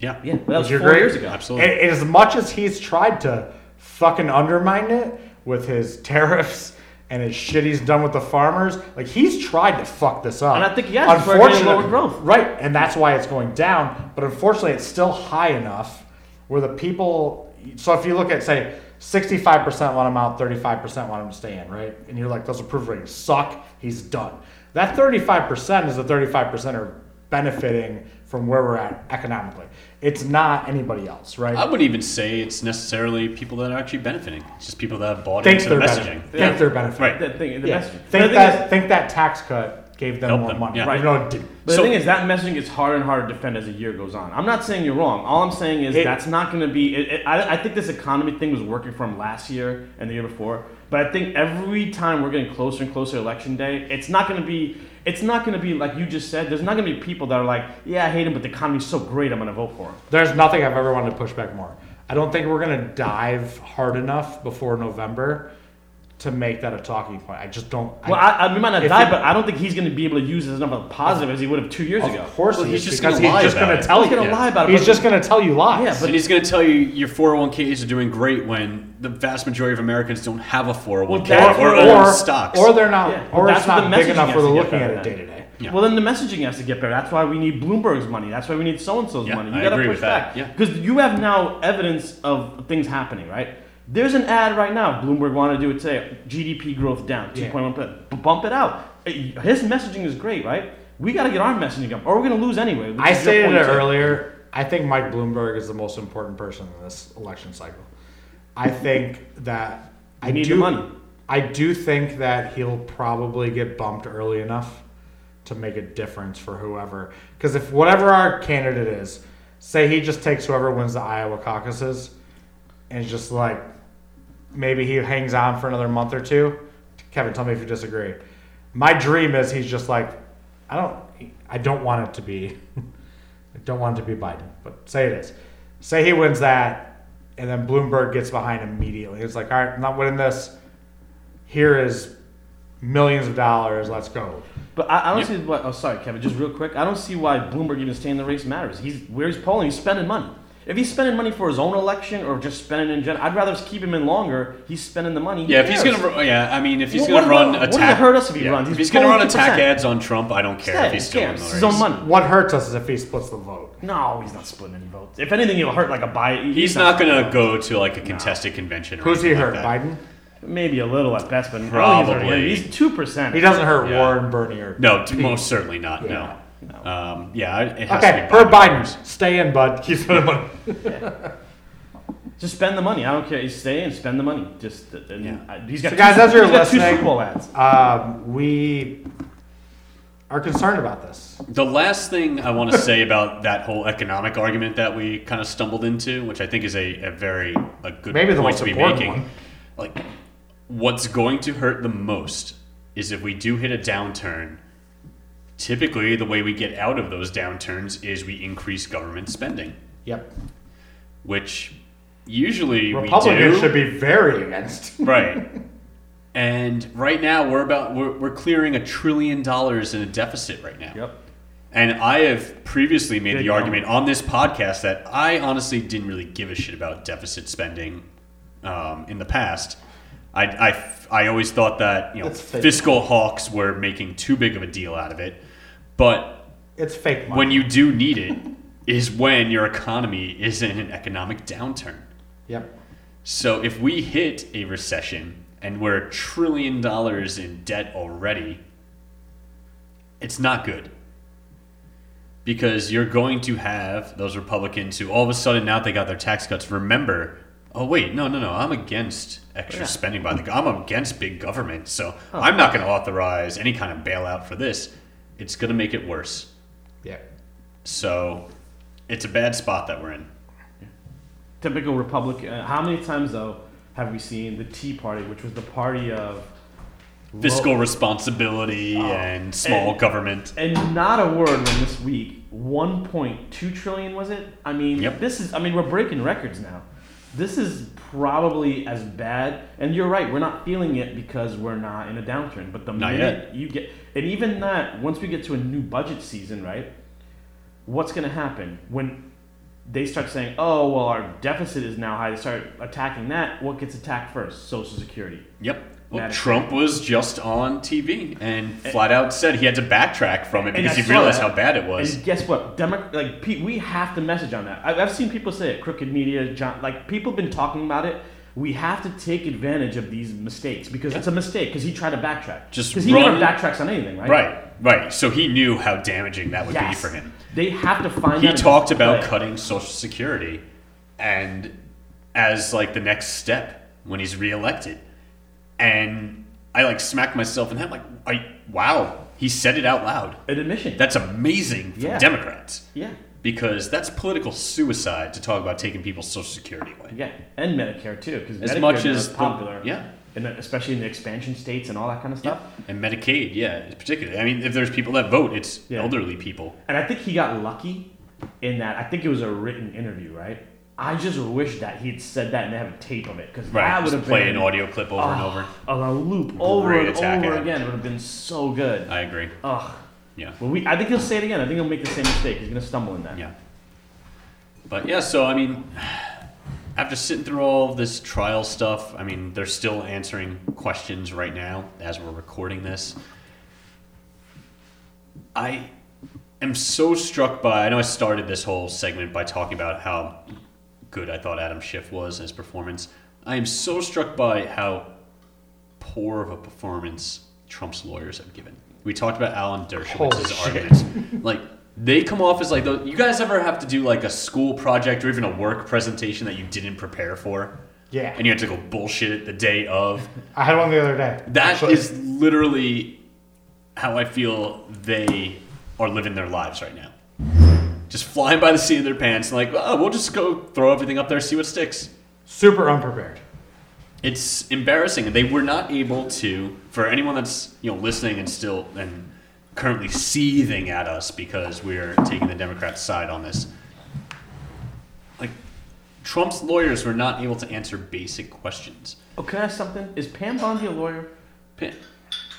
yeah. yeah, but that was you're four great. years ago. Absolutely. And, and as much as he's tried to fucking undermine it with his tariffs and his shit he's done with the farmers, like he's tried to fuck this up. And I think he has, that's why we're getting lower growth. Right, and that's why it's going down. But unfortunately, it's still high enough where the people. So if you look at say. 65% want him out, 35% want him to stay in, right? And you're like, those approval ratings suck. He's done. That 35% is the 35% are benefiting from where we're at economically. It's not anybody else, right? I wouldn't even say it's necessarily people that are actually benefiting. It's just people that have bought think into the they're messaging. benefiting. Yeah. Think they're benefiting. Right. That thing, the Yeah. message. But the Think thing that is- think that tax cut gave them Helped more them, money. yeah. Right. Right. You know, it didn't. But So- the thing is, that messaging gets harder and harder to defend as the year goes on. I'm not saying you're wrong. All I'm saying is It- that's not going to be. It, it, I, I think this economy thing was working from last year and the year before. But I think every time we're getting closer and closer to election day, it's not going to be. It's not going to be like you just said. There's not going to be people that are like, yeah, I hate him, but the economy's so great, I'm going to vote for him. There's nothing I've ever wanted to push back more. I don't think we're gonna dive hard enough before November to make that a talking point. I just don't. Well, I, I, I, we might not If die, he- but I don't think he's going to be able to use it as enough of a positive as he would have two years of ago. course Well, he he's is, just because gonna lie he's just about gonna it. tell He's gonna you. lie about it, He's but- just gonna tell you lies. Yeah, but and he's going to tell you your 401ks are doing great when the vast majority of Americans don't have a 401k that's or, what- own or, stocks. or they're not, Yeah, or that's it's what the not big messaging enough where has they're to get looking at better it then. day to day. Yeah. Well, then the messaging has to get better. That's why we need Bloomberg's money. That's why we need so and so's Yeah, money. You I gotta agree push with back. that. Yeah. Because you have now evidence of things happening, right? There's an ad right now. Bloomberg wanted to do it today. GDP growth down Yeah. 2.1%. B- Bump it out. Uh, His messaging is great, right? We got to get our messaging up, or we're going to lose anyway. which I is your stated point, it too. earlier. I think Mike Bloomberg is the most important person in this election cycle. I think that I We need do, the money. I do think that he'll probably get bumped early enough to make a difference for whoever. Because if whatever our candidate is, say he just takes whoever wins the Iowa caucuses, and it's just like maybe he hangs on for another month or two. Kevin, tell me if you disagree. My dream is he's just like, I don't, I don't want it to be, I don't want it to be Biden, but say it is. Say he wins that, and then Bloomberg gets behind immediately. It's like, all right, I'm not winning this. Here is millions of dollars. Let's go. But I, I don't see why. Oh, sorry, Kevin. Just real quick, I don't see why Bloomberg even staying in the race matters. He's where he's polling. He's spending money. If he's spending money for his own election or just spending in general, I'd rather just keep him in longer. He's spending the money. He yeah, if he's cares. going to, yeah, I mean, if he's Well, going to what about- run what does attack, it hurt us if he yeah, runs? If He's he's going to run 22%. attack ads on Trump, I don't care Yeah, if he's he still in cares. the It's race. his own money. What hurts us is if he splits the vote. No, he's not splitting any votes. If anything, he'll hurt like a buy. He's not going to go to like a contested convention. Or Who's he anything hurt? Like that. Biden. Maybe a little at best, but Probably. probably he's two percent. He doesn't hurt Yeah. Warren, Bernie, or No, t- most certainly not. Yeah. No. Um, yeah, it it has Okay, to per be Biden, stay in, bud. Keep spending money. Just spend the money. I don't care. Just stay and spend the money. Just uh, and Yeah. I- he's got. So guys, two, as you're he's got two listening- Super Bowl ads. Um, we are concerned about this. The last thing I want to say about that whole economic argument that we kind of stumbled into, which I think is a, a very a good Maybe the point most to be important making, one. like what's going to hurt the most is if we do hit a downturn. Typically, the way we get out of those downturns is we increase government spending, Yep. which usually we Republicans do. should be very against. Right. and right now we're about we're, we're clearing a trillion dollars in a deficit right now. Yep. And I have previously made Big the argument on this podcast that I honestly didn't really give a shit about deficit spending um, in the past. I, I, I always thought that you know That's fake. fiscal hawks were making too big of a deal out of it, but It's fake money. when you do need it is when your economy is in an economic downturn. yep. So if we hit a recession and we're a trillion dollars in debt already, it's not good. Because you're going to have those Republicans who all of a sudden now they got their tax cuts. Remember, oh wait, no, no, no, I'm against extra Yeah. Oh. spending by the. go- I'm against big government, so I'm not going to authorize any kind of bailout for this. It's going to make it worse. Yeah. So, it's a bad spot that we're in. typical Republican. uh, How many times though have we seen the Tea Party, which was the party of Fiscal responsibility and small Oh, and- government. and not a word when this week 1.2 trillion was it? I mean, Yep. this is. I mean, we're breaking records now. This is probably as bad. And you're right. We're not feeling it because we're not in a downturn. But the Not minute you get, and even that, once we get to a new budget season, right? What's going to happen when they start saying, "Oh, well, our deficit is now high." They start attacking that. What gets attacked first? Social Security. Yep. Well, Madison. Trump was just on TV and flat out said he had to backtrack from it And because I he saw realized that. how bad it was. And guess what? Demo- like pe- we have to message on that. I've, I've seen people say it. Crooked media, John, like people have been talking about it. We have to take advantage of these mistakes because it's a mistake. Because he tried to backtrack. Just because he run- never backtracks on anything, right? right, right. So he knew how damaging that would Yes. be for him. They have to find. He out talked about play. cutting Social Security and as like the next step when he's reelected. And I like smacked myself in the head like, I, wow, he said it out loud. an admission. That's amazing for Yeah. Democrats yeah, because that's political suicide to talk about taking people's Social Security away. yeah, and Medicare too, because As Medicare much now as is the- popular. yeah. And especially in the expansion states and all that kind of stuff. And Medicaid, yeah, particularly. I mean, if there's people that vote, it's Yeah. elderly people. And I think he got lucky in that I think it was a written interview, right? I just wish that he'd said that and they have a tape of it because that would Just have play been an audio clip over and oh, over. on a loop over Great and attack over ad. again. It would have been so good. I agree. Ugh. Yeah. Well, we, I think he'll say it again. I think he'll make the same mistake. He's gonna stumble in that. Yeah. But yeah, so I mean, after sitting through all this trial stuff, I mean, they're still answering questions right now as we're recording this. I am so struck by. I know I started this whole segment by talking about how good I thought Adam Schiff was in his performance. I am so struck by how poor of a performance Trump's lawyers have given. We talked about Alan Holy Dershowitz's shit. arguments. Like they come off as like those. You guys ever have to do like a school project or even a work presentation that you didn't prepare for, Yeah. and you had to go bullshit it the day of? I had one the other day. That is actually. literally how I feel they are living their lives right now. Just flying by the seat of their pants and like, oh, we'll just go throw everything up there, see what sticks. super unprepared. It's embarrassing. and They were not able to, for anyone that's you know listening and still and currently seething at us because we're taking the Democrats' side on this. Like, Trump's lawyers were not able to answer basic questions. Oh, can I ask something? Is Pam Bondi a lawyer? Pa-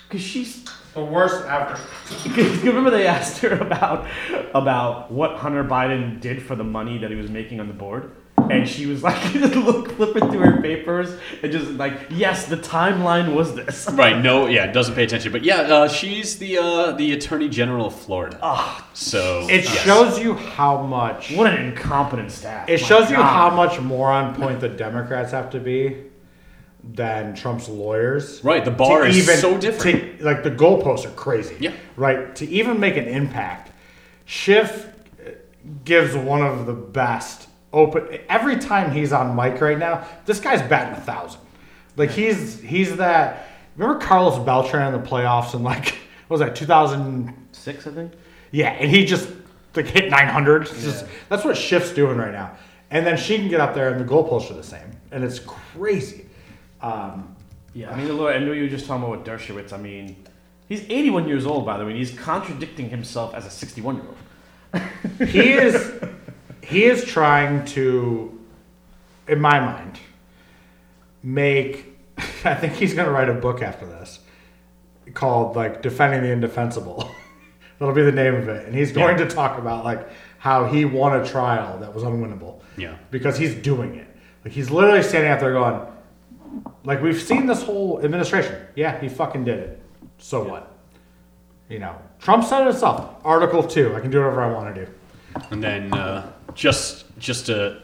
Cause she's. The worst ever. Cause remember they asked her about about what Hunter Biden did for the money that he was making on the board, and she was like, look, flipping through her papers, and just like, yes, the timeline was this. Right. No. Yeah. Doesn't pay attention. But yeah, uh, she's the uh, the Attorney General of Florida. Ah, so It yes. shows you how much. What an incompetent staff. It My shows you God. how much more on point the Democrats have to be than Trump's lawyers. Right, the bar to is so different. to- like the goalposts are crazy. Yeah. Right. To even make an impact, Schiff uh, gives one of the best open. Every time he's on mic right now, this guy's batting a thousand. Like he's he's that. Remember Carlos Beltran in the playoffs in like what was that 2000? six, I think. Yeah, and he just like hit 900. It's just- that's what Schiff's doing right now. And then she can get up there, and the goalposts are the same, and it's crazy. Um, Yeah, I mean, Laura, I know you were just talking about with Dershowitz. I mean, he's 81 years old, by the way, and he's contradicting himself as a 61 year old. he is he is trying to, in my mind, make. I think he's going to write a book after this called like defending the indefensible. That'll be the name of it, and he's going to talk about like how he won a trial that was unwinnable. Yeah. because he's doing it. Like he's literally standing out there going, like we've seen this whole administration. Yeah, he fucking did it. So what? You know, Trump said it himself. Article two. I can do whatever I want to do. And then uh, just just to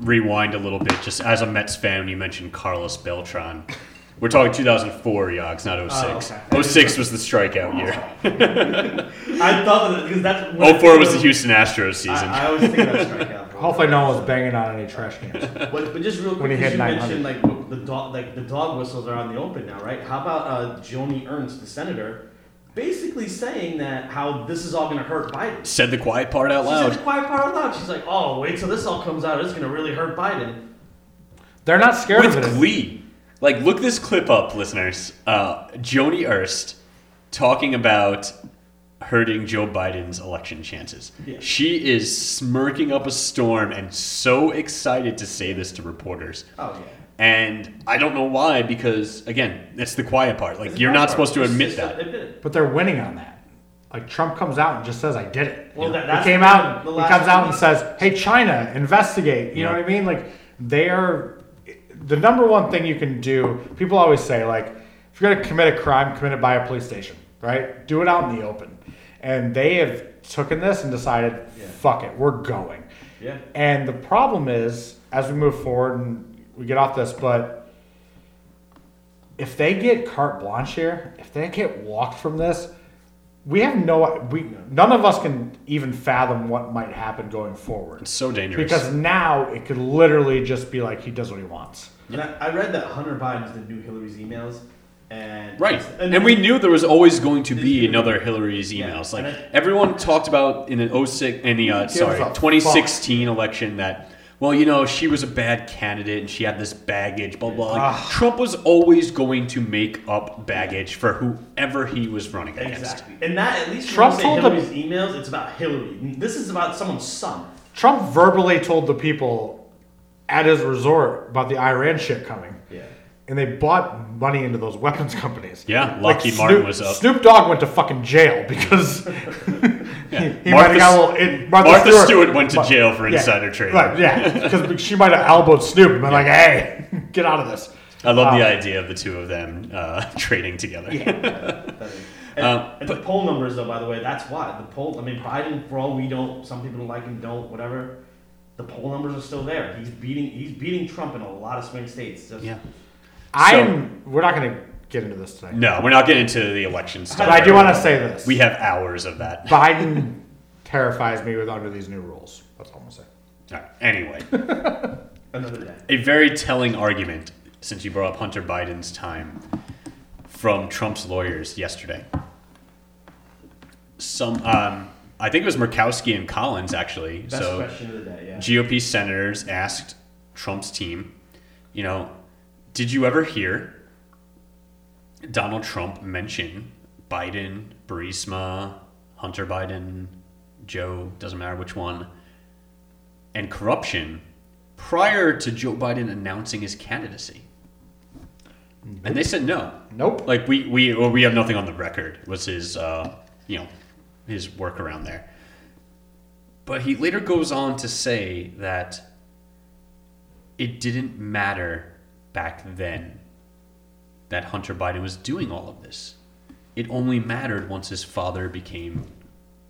rewind a little bit, just as a Mets fan, when you mentioned Carlos Beltran, We're talking 2004, Yogs, not Oh, 06. okay. 06 was the strikeout year. I thought that because that's. Oh, when I 04 think was of- the Houston Astros season. I, I always think about strikeout. bro. Hopefully, no one was banging on any trash cans. But, but just real quick, When he 'cause hit you 900. mentioned like w- the dog, like the dog whistles are on the open now, right? How about uh, Joni Ernst, the senator, basically saying that how this is all going to hurt Biden. Said the quiet part out She said loud. the quiet part out loud. She's like, "Oh, wait till this all comes out. It's going to really hurt Biden." They're not scared of With it. glee. Like, look this clip up, listeners. Uh, Joni Erst talking about hurting Joe Biden's election chances. Yeah. She is smirking up a storm and so excited to say this to reporters. Oh yeah. And I don't know why, because again, it's the quiet part. Like, you're not supposed to Just- admit just that. Admit it. But they're winning on that. Like Trump comes out and just says, "I did it." Well, that- he that's came the- out. the He last comes out and week. says, "Hey, China, investigate." You know Yeah. what I mean? Like they are the number one thing you can do. People always say, like, if you're gonna commit a crime, commit it by a police station, right? Do it out in the open. And they have taken this and decided, Yeah. "Fuck it, we're going." Yeah. And the problem is, as we move forward and we get off this, but if they get carte blanche here, if they get walked from this, we have no we none of us can even fathom what might happen going forward. It's so dangerous. Because now it could literally just be like he does what he wants. And I, I read that Hunter Biden's the new Hillary's emails, and Right. And, we knew there was always going to be another Hillary's Yeah. emails. And Like I- everyone talked about in an 06 in the uh, gives sorry, a fuck? 2016 election that well, you know, she was a bad candidate and she had this baggage, blah blah. blah. Ugh. Trump was always going to make up baggage for whoever he was running against. Exactly. And that at least Trump Trump when you told say them- Hillary's emails, it's about Hillary. This is about someone's son. Trump verbally told the people at his resort about the Iran shit coming. Yeah. And they bought money into those weapons companies. Yeah, Lockheed Martin Snoop, was up. Snoop Dogg went to fucking jail because he, he might Martha have got a little. It, Martha, Martha Stewart went to Mar- jail for yeah, insider trading. Right, yeah, because she might have elbowed Snoop and been like, "Hey, get out of this." I love the Um, idea of the two of them uh, trading together. That is- And, Uh, and the poll numbers, though, by the way, that's why the poll. I mean, Biden, for all we don't, some people don't like him, don't, whatever. The poll numbers are still there. He's beating. He's beating Trump in a lot of swing states. Just- Yeah. I'm. We're not going to get into this tonight, No, we're not getting into the election stuff. but I do want to say this: We have hours of that. Biden terrifies me with under these new rules. That's all I'm gonna say. All right, Anyway. Another day. a very telling argument since you brought up Hunter Biden's time from Trump's lawyers yesterday. Some, um, I think it was Murkowski and Collins actually. Best so question of the day. Yeah. GOP senators asked Trump's team, you know, did you ever hear Donald Trump mention Biden, Burisma, Hunter Biden, Joe, doesn't matter which one, and corruption prior to Joe Biden announcing his candidacy? And they said no. Nope. Like we we or we have nothing on the record was his uh, you know his workaround there. But he later goes on to say that it didn't matter back then that Hunter Biden was doing all of this. It only mattered once his father became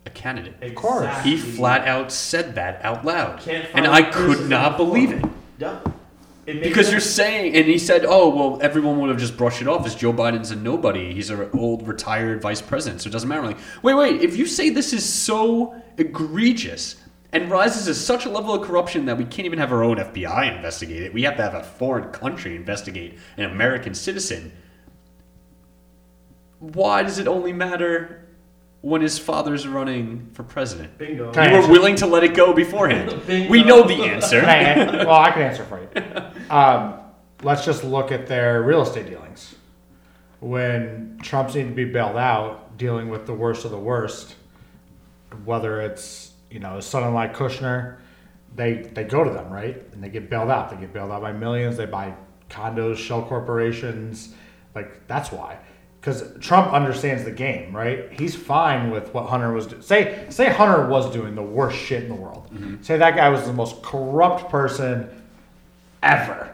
a candidate. Of course. He flat out said that out loud. Can't find And I could criticism not for believe it. Yeah. It makes Because sense. you're saying, and he said, "Oh well, everyone would have just brushed it off as Joe Biden's a nobody. He's an old retired vice president, so it doesn't matter." Like, wait, wait. If you say this is so egregious and rises to such a level of corruption that we can't even have our own FBI investigate it, we have to have a foreign country investigate an American citizen. Why does it only matter when his father's running for president? bingo. Can I You were answer? willing to let it go beforehand. Bingo. We know the answer. Can I an- well, I can answer for you. Um, let's just look at their real estate dealings. When Trump's need to be bailed out, dealing with the worst of the worst, whether it's you know his son-in-law Kushner, they they go to them right, and they get bailed out. They get bailed out by millions. They buy condos, shell corporations. Like that's why, because Trump understands the game, right? He's fine with what Hunter was doing. Say say Hunter was doing the worst shit in the world. Say that guy was the most corrupt person ever.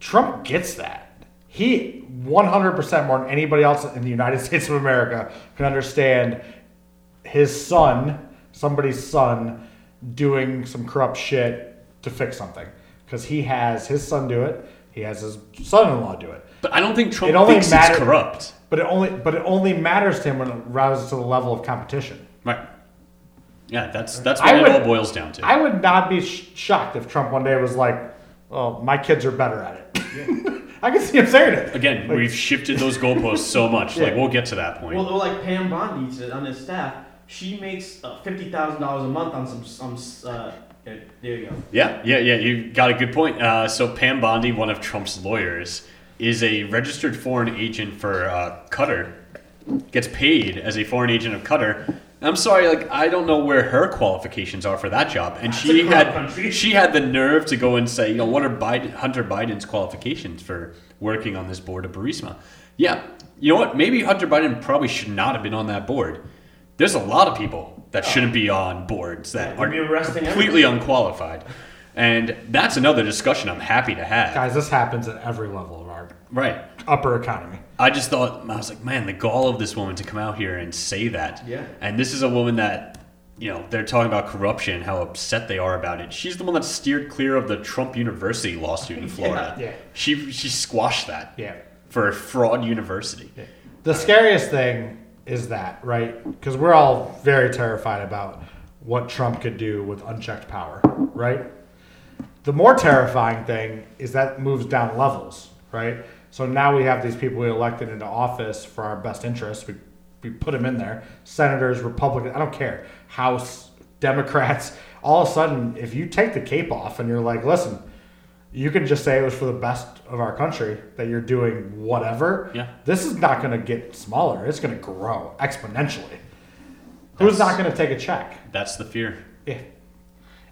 Trump gets that. He 100% more than anybody else in the United States of America can understand his son, somebody's son, doing some corrupt shit to fix something. Because he has his son do it. He has his son-in-law do it. But I don't think Trump It only thinks matter- he's corrupt. But it only but it only matters to him when it rises to the level of competition. Right. Yeah, that's that's what I it would- all boils down to. I would not be sh- shocked if Trump one day was like, "Oh, my kids are better at it." I can see him saying it. Again, we've shifted those goalposts so much. Like Yeah. we'll get to that point. Well, though, like Pam Bondi said on his staff, she makes uh, fifty thousand dollars a month on some some. Uh, there there you go. Yeah, yeah, yeah. You got a good point. Uh, so Pam Bondi, one of Trump's lawyers, is a registered foreign agent for uh, Qatar. Gets paid as a foreign agent of Qatar. I'm sorry, like I don't know where her qualifications are for that job, and a she corrupt had country. she had the nerve to go and say, you know, what are Biden, Hunter Biden's qualifications for working on this board of Burisma? Yeah, you know what? Maybe Hunter Biden probably should not have been on that board. There's a lot of people that shouldn't be on boards that Yeah, are you'd Oh. be arresting completely unqualified. And that's another discussion I'm happy to have. Guys, this happens at every level of our Right. upper economy. I just thought, I was like, man, the gall of this woman to come out here and say that. Yeah. And this is a woman that, you know, they're talking about corruption, how upset they are about it. She's the one that steered clear of the Trump University lawsuit in Florida. yeah. She, she squashed that Yeah. for a fraud university. The scariest thing is that, right? Because we're all very terrified about what Trump could do with unchecked power, right? The more terrifying thing is that moves down levels, right? So now we have these people we elected into office for our best interests. We, we put them in there senators, Republicans, I don't care, House, Democrats. All of a sudden, if you take the cape off and you're like, listen, you can just say it was for the best of our country that you're doing whatever. Yeah. This is not going to get smaller. It's going to grow exponentially. Who's not going to take a check? That's the fear. Yeah.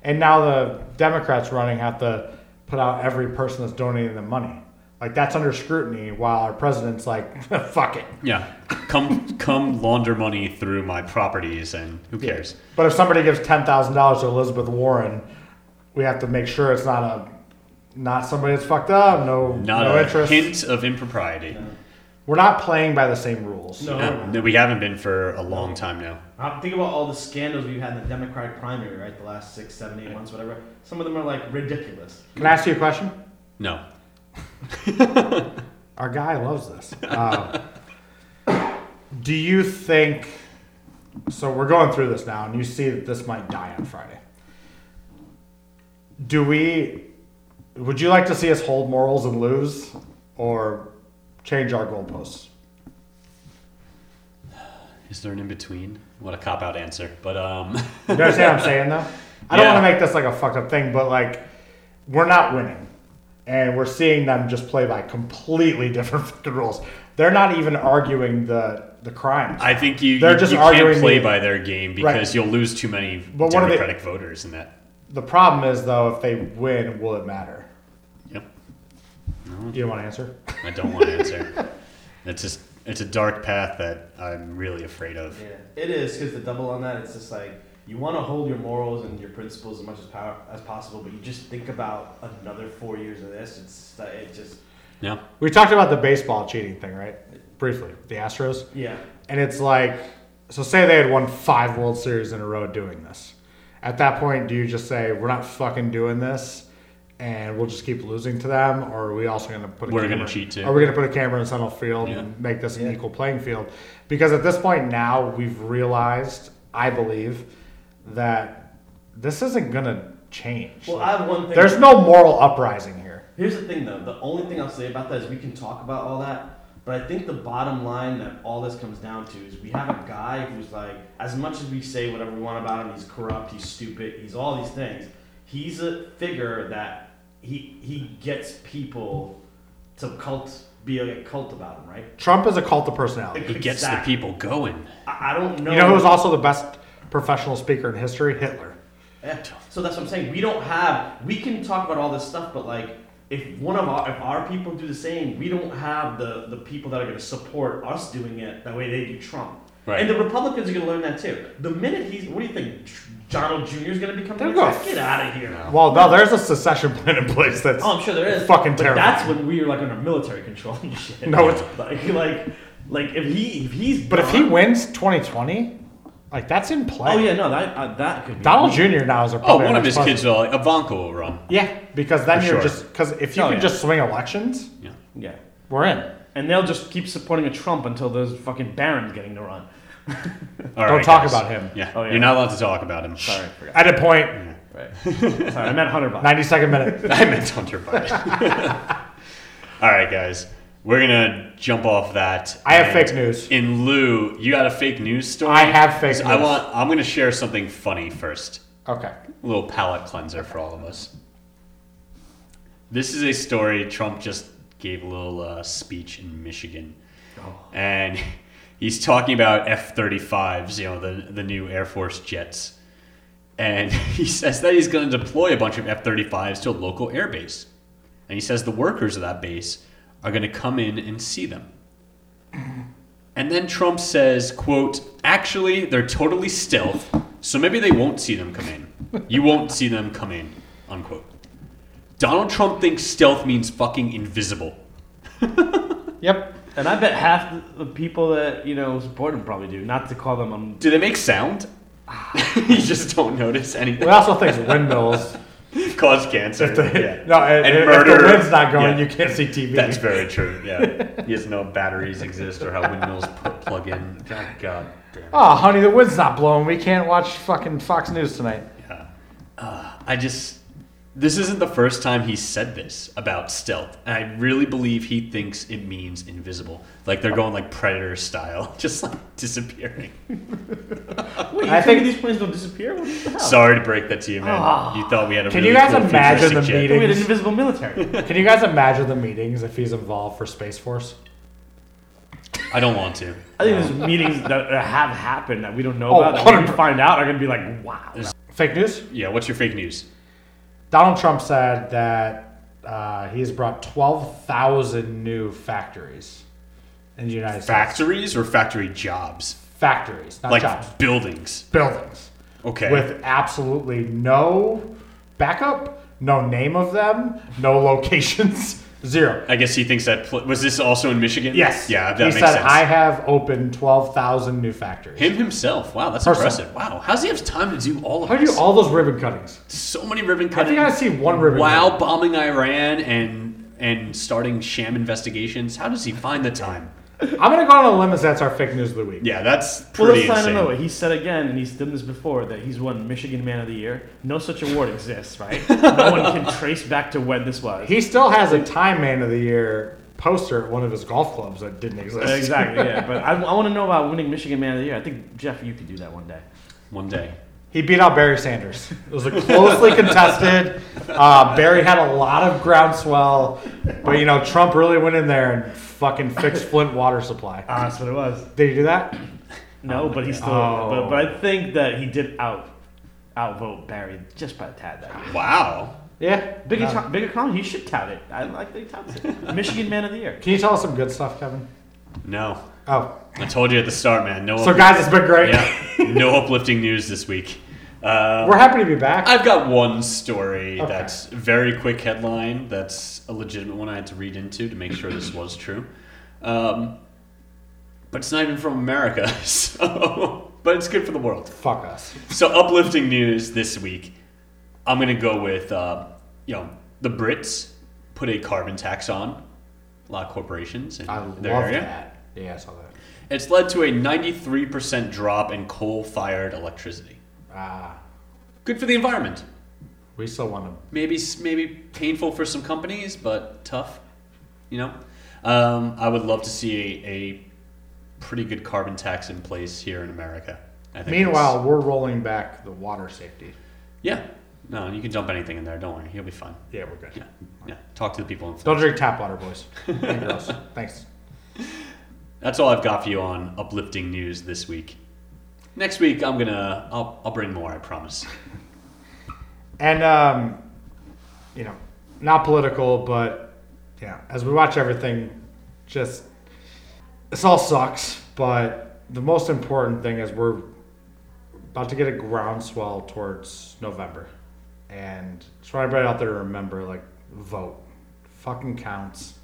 And now the Democrats running have to put out every person that's donating the money. Like that's under scrutiny while our president's like, fuck it. Yeah. Come, come launder money through my properties and who cares? But if somebody gives ten thousand dollars to Elizabeth Warren, we have to make sure it's not a not somebody that's fucked up, no Not no a interest. hint of impropriety. We're not playing by the same rules. No, No, no, we haven't been for a long time now. Uh, think about all the scandals we've had in the Democratic primary, right? The last six, seven, eight months, whatever. Some of them are like ridiculous. Can I ask you a question? No. Our guy loves this. Um, do you think? So we're going through this now, and you see that this might die on Friday. Do we? Would you like to see us hold morals and lose, or change our goalposts? Is there an in between? What a cop out answer. But um, You understand what I'm saying, though? I don't Yeah. want to make this like a fucked up thing, but like, we're not winning. And we're seeing them just play by completely different fucking rules. They're not even arguing the, the crimes. I think you They're you, just you can't arguing play the- by their game because Right. you'll lose too many But what are they- Democratic voters in that. the problem is, though, if they win, will it matter? Yep. You don't want to answer? I don't want to answer. It's just it's a dark path that I'm really afraid of. Yeah, it is because the double on that, it's just like you want to hold your morals and your principles as much as power as possible, but you just think about another four years of this. It's it just Yeah. We talked about the baseball cheating thing, right? Briefly, the Astros. yeah. And it's like, so say they had won five World Series in a row doing this. At that point, do you just say, we're not fucking doing this and we'll just keep losing to them? Or are we also going to put a We're camera? gonna cheat too. Are we going to put a camera in Central Field Yeah. and make this an Yeah. equal playing field? Because at this point now, we've realized, I believe, that this isn't going to change. Well, I have one thing. There's no moral uprising here. Here's the thing, though. The only thing I'll say about that is we can talk about all that, but I think the bottom line that all this comes down to is we have a guy who's like, as much as we say whatever we want about him, he's corrupt, he's stupid, he's all these things. He's a figure that he he gets people to cult be a cult about him, right? Trump is a cult of personality. He gets Exactly. the people going. I, I don't know. You know who was also the best professional speaker in history? Hitler. Yeah. So that's what I'm saying. We don't have. We can talk about all this stuff, but like, if one of our if our people do the same, we don't have the the people that are going to support us doing it the way they do Trump. Right. And the Republicans are going to learn that too. The minute he's, what do you think, Tr- Donald Jr. is going to become? They're the gonna next guy? Get out of here. Well, no, there's a secession plan in place that's. Oh, I'm sure there is. Fucking but terrible. That's when we were like under military control and shit. No, it's- like like like if he if he's but if he gone- wins 2020, Like that's in play. Oh yeah, no, that uh, that could be Donald Jr. now is a Oh, probably one our of his next kids president. will. Like, Ivanka will run. Yeah, because then For you're sure. just because if you Oh, can yeah. just swing elections, Yeah. Yeah, we're in. and they'll just keep supporting a Trump until there's fucking Barron's getting to run. All Don't right, talk guys. about him. Yeah. Oh, yeah. You're not allowed to talk about him. Sorry, I forgot. At a point, Right. Sorry, I meant Hunter Biden. 90 second minute. I meant Hunter Biden. All right, guys. We're going to jump off that. I have and fake news. In lieu, you got a fake news story? I have fake So I news. want I'm going to share something funny first. Okay. A little palate cleanser for all of us. This is a story Trump just gave a little uh, speech in Michigan. And he's talking about F 35s, you know, the, the new Air Force jets. And he says that he's going to deploy a bunch of F 35s to a local air base. And he says the workers of that base are going to come in and see them. And then Trump says, quote, actually, they're totally stealth, so maybe they won't see them come in. You won't see them come in, unquote. Donald Trump thinks stealth means fucking invisible. Yep. And I bet half the- the people that you know support him probably do. Not to call them um, Do they make sound? you just don't notice anything. We also think windmills. Cause cancer. yeah. No, and, And if murder. the wind's not going, Yeah. you can't see TV. That's very true. Yeah. He doesn't know if batteries exist or how windmills pu- plug in. God, God damn. it. Oh, honey, the wind's not blowing. We can't watch fucking Fox News tonight. Uh, I just this isn't the first time he said this about stealth, and I really believe he thinks it means invisible. Like they're going like predator style, just like disappearing. Wait, you I I think- think these planes don't disappear. What the hell? Sorry to break that to you, man. Ah. you thought we had a Oh. Can really you guys cool imagine futuristic the jet. meeting? We had an invisible military. Can you guys imagine the meetings if he's involved for Space Force? I don't want to. I think there's meetings that have happened that we don't know Oh, about. That when we 100%. find out, are gonna be like, wow. Fake news? Yeah, what's your fake news? Donald Trump said that uh, he has brought 12,000 new factories in the United States. Factories or factory jobs? Factories, not Like jobs. buildings. Buildings. Okay. With absolutely no backup, no name of them, no locations, zero. I guess he thinks that pl- was this also in Michigan. Yes. Yeah, that he makes said, sense. I have opened 12,000 new factories. Him himself. Wow, that's Person. impressive. Wow, how's he have time to do all of How do this? you all those ribbon cuttings? so many ribbon I cutting. think I see one ribbon cutting. Wow, bombing Iran and and starting sham investigations. How does he find the time? I'm going to go on a limb as that's our fake news of the week. Yeah, that's Well, pretty let's sign insane. another way. He said again, and he's done this before, that he's won Michigan Man of the Year. No such award exists, right? no one can trace back to when this was. He still has a Time Man of the Year poster at one of his golf clubs that didn't exist. Uh, exactly, yeah. But I, want to know about winning Michigan Man of the Year. I think, Jeff, you could do that one day. One day. He beat out Barry Sanders. It was a closely contested. Uh, Barry had a lot of groundswell, but you know Trump really went in there and fucking fixed Flint water supply. Ah, that's what it was. Did he do that? No, but he still. Oh. But, but I think that he did out outvote Barry just by a tad that year. Wow. Yeah. Big, No. econ- big economy, he should tout it. I like that he touts it. Michigan Man of the Year. Can you tell us some good stuff, Kevin? No, Oh, I told you at the start, man. No. so guys, it's been great. yeah, no uplifting news this week. Uh, We're happy to be back. I've got one story Okay. that's very quick headline. That's a legitimate one I had to read into to make sure this was true. Um, but it's not even from America, so but it's good for the world. Fuck us. So uplifting news this week. I'm gonna go with uh, you know the Brits put a carbon tax on a lot of corporations in I love their area. that. Yeah, I saw that. It's led to a 93% drop in coal-fired electricity. Ah, Good for the environment. we still want to Maybe maybe painful for some companies, but tough. You know, um, I would love to see a, a pretty good carbon tax in place here in America. I think it's- Meanwhile, we're rolling back the water safety. yeah, no, you can dump anything in there. Don't worry, you'll be fine. Yeah, we're good. Yeah, yeah. Talk to the people in Don't Florida. drink tap water, boys and girls. Thanks. That's all I've got for you on uplifting news this week. Next week, I'm gonna I'll, I'll bring more. I promise. And um, you know, not political, but yeah, as we watch everything, just this all sucks. But the most important thing is we're about to get a groundswell towards November, and just want everybody out there to remember, like, vote, fucking counts.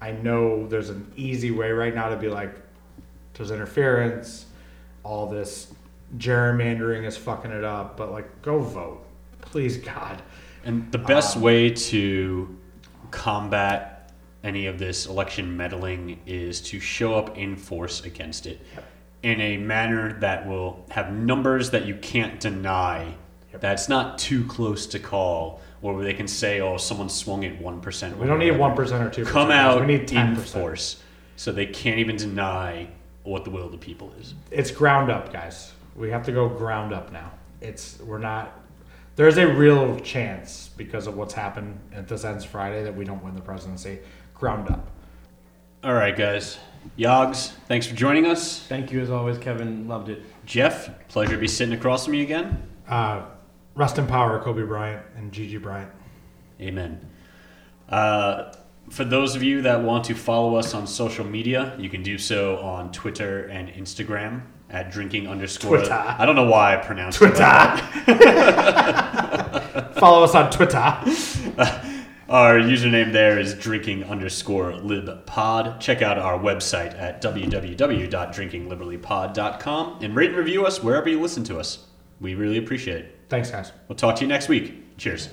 I know there's an easy way right now to be like, there's interference, all this gerrymandering is fucking it up, but like, go vote, please, God. And the best Uh, way to combat any of this election meddling is to show up in force against it in a manner that will have numbers that you can't deny. That's not too close to call, or they can say, "Oh, someone swung it one percent." We don't need one percent or two. Come out We need in ten percent. force, so they can't even deny what the will of the people is. It's ground up, guys. We have to go ground up now. It's we're not. There's a real chance because of what's happened at this ends Friday that we don't win the presidency. Ground up. All right, guys. Yogs, thanks for joining us. Thank you as always, Kevin. Loved it. Jeff, pleasure to be sitting across from you again. Uh, rest in power, Kobe Bryant and Gigi Bryant. Amen. Uh, for those of you that want to follow us on social media, you can do so on Twitter and Instagram at drinking underscore. Twitter. I don't know why I pronounced Twitter. Follow us on Twitter. Our username there is drinking underscore libpod. Check out our website at www.drinkingliberallypod.com and rate and review us wherever you listen to us. We really appreciate it. Thanks, guys. We'll talk to you next week. Cheers.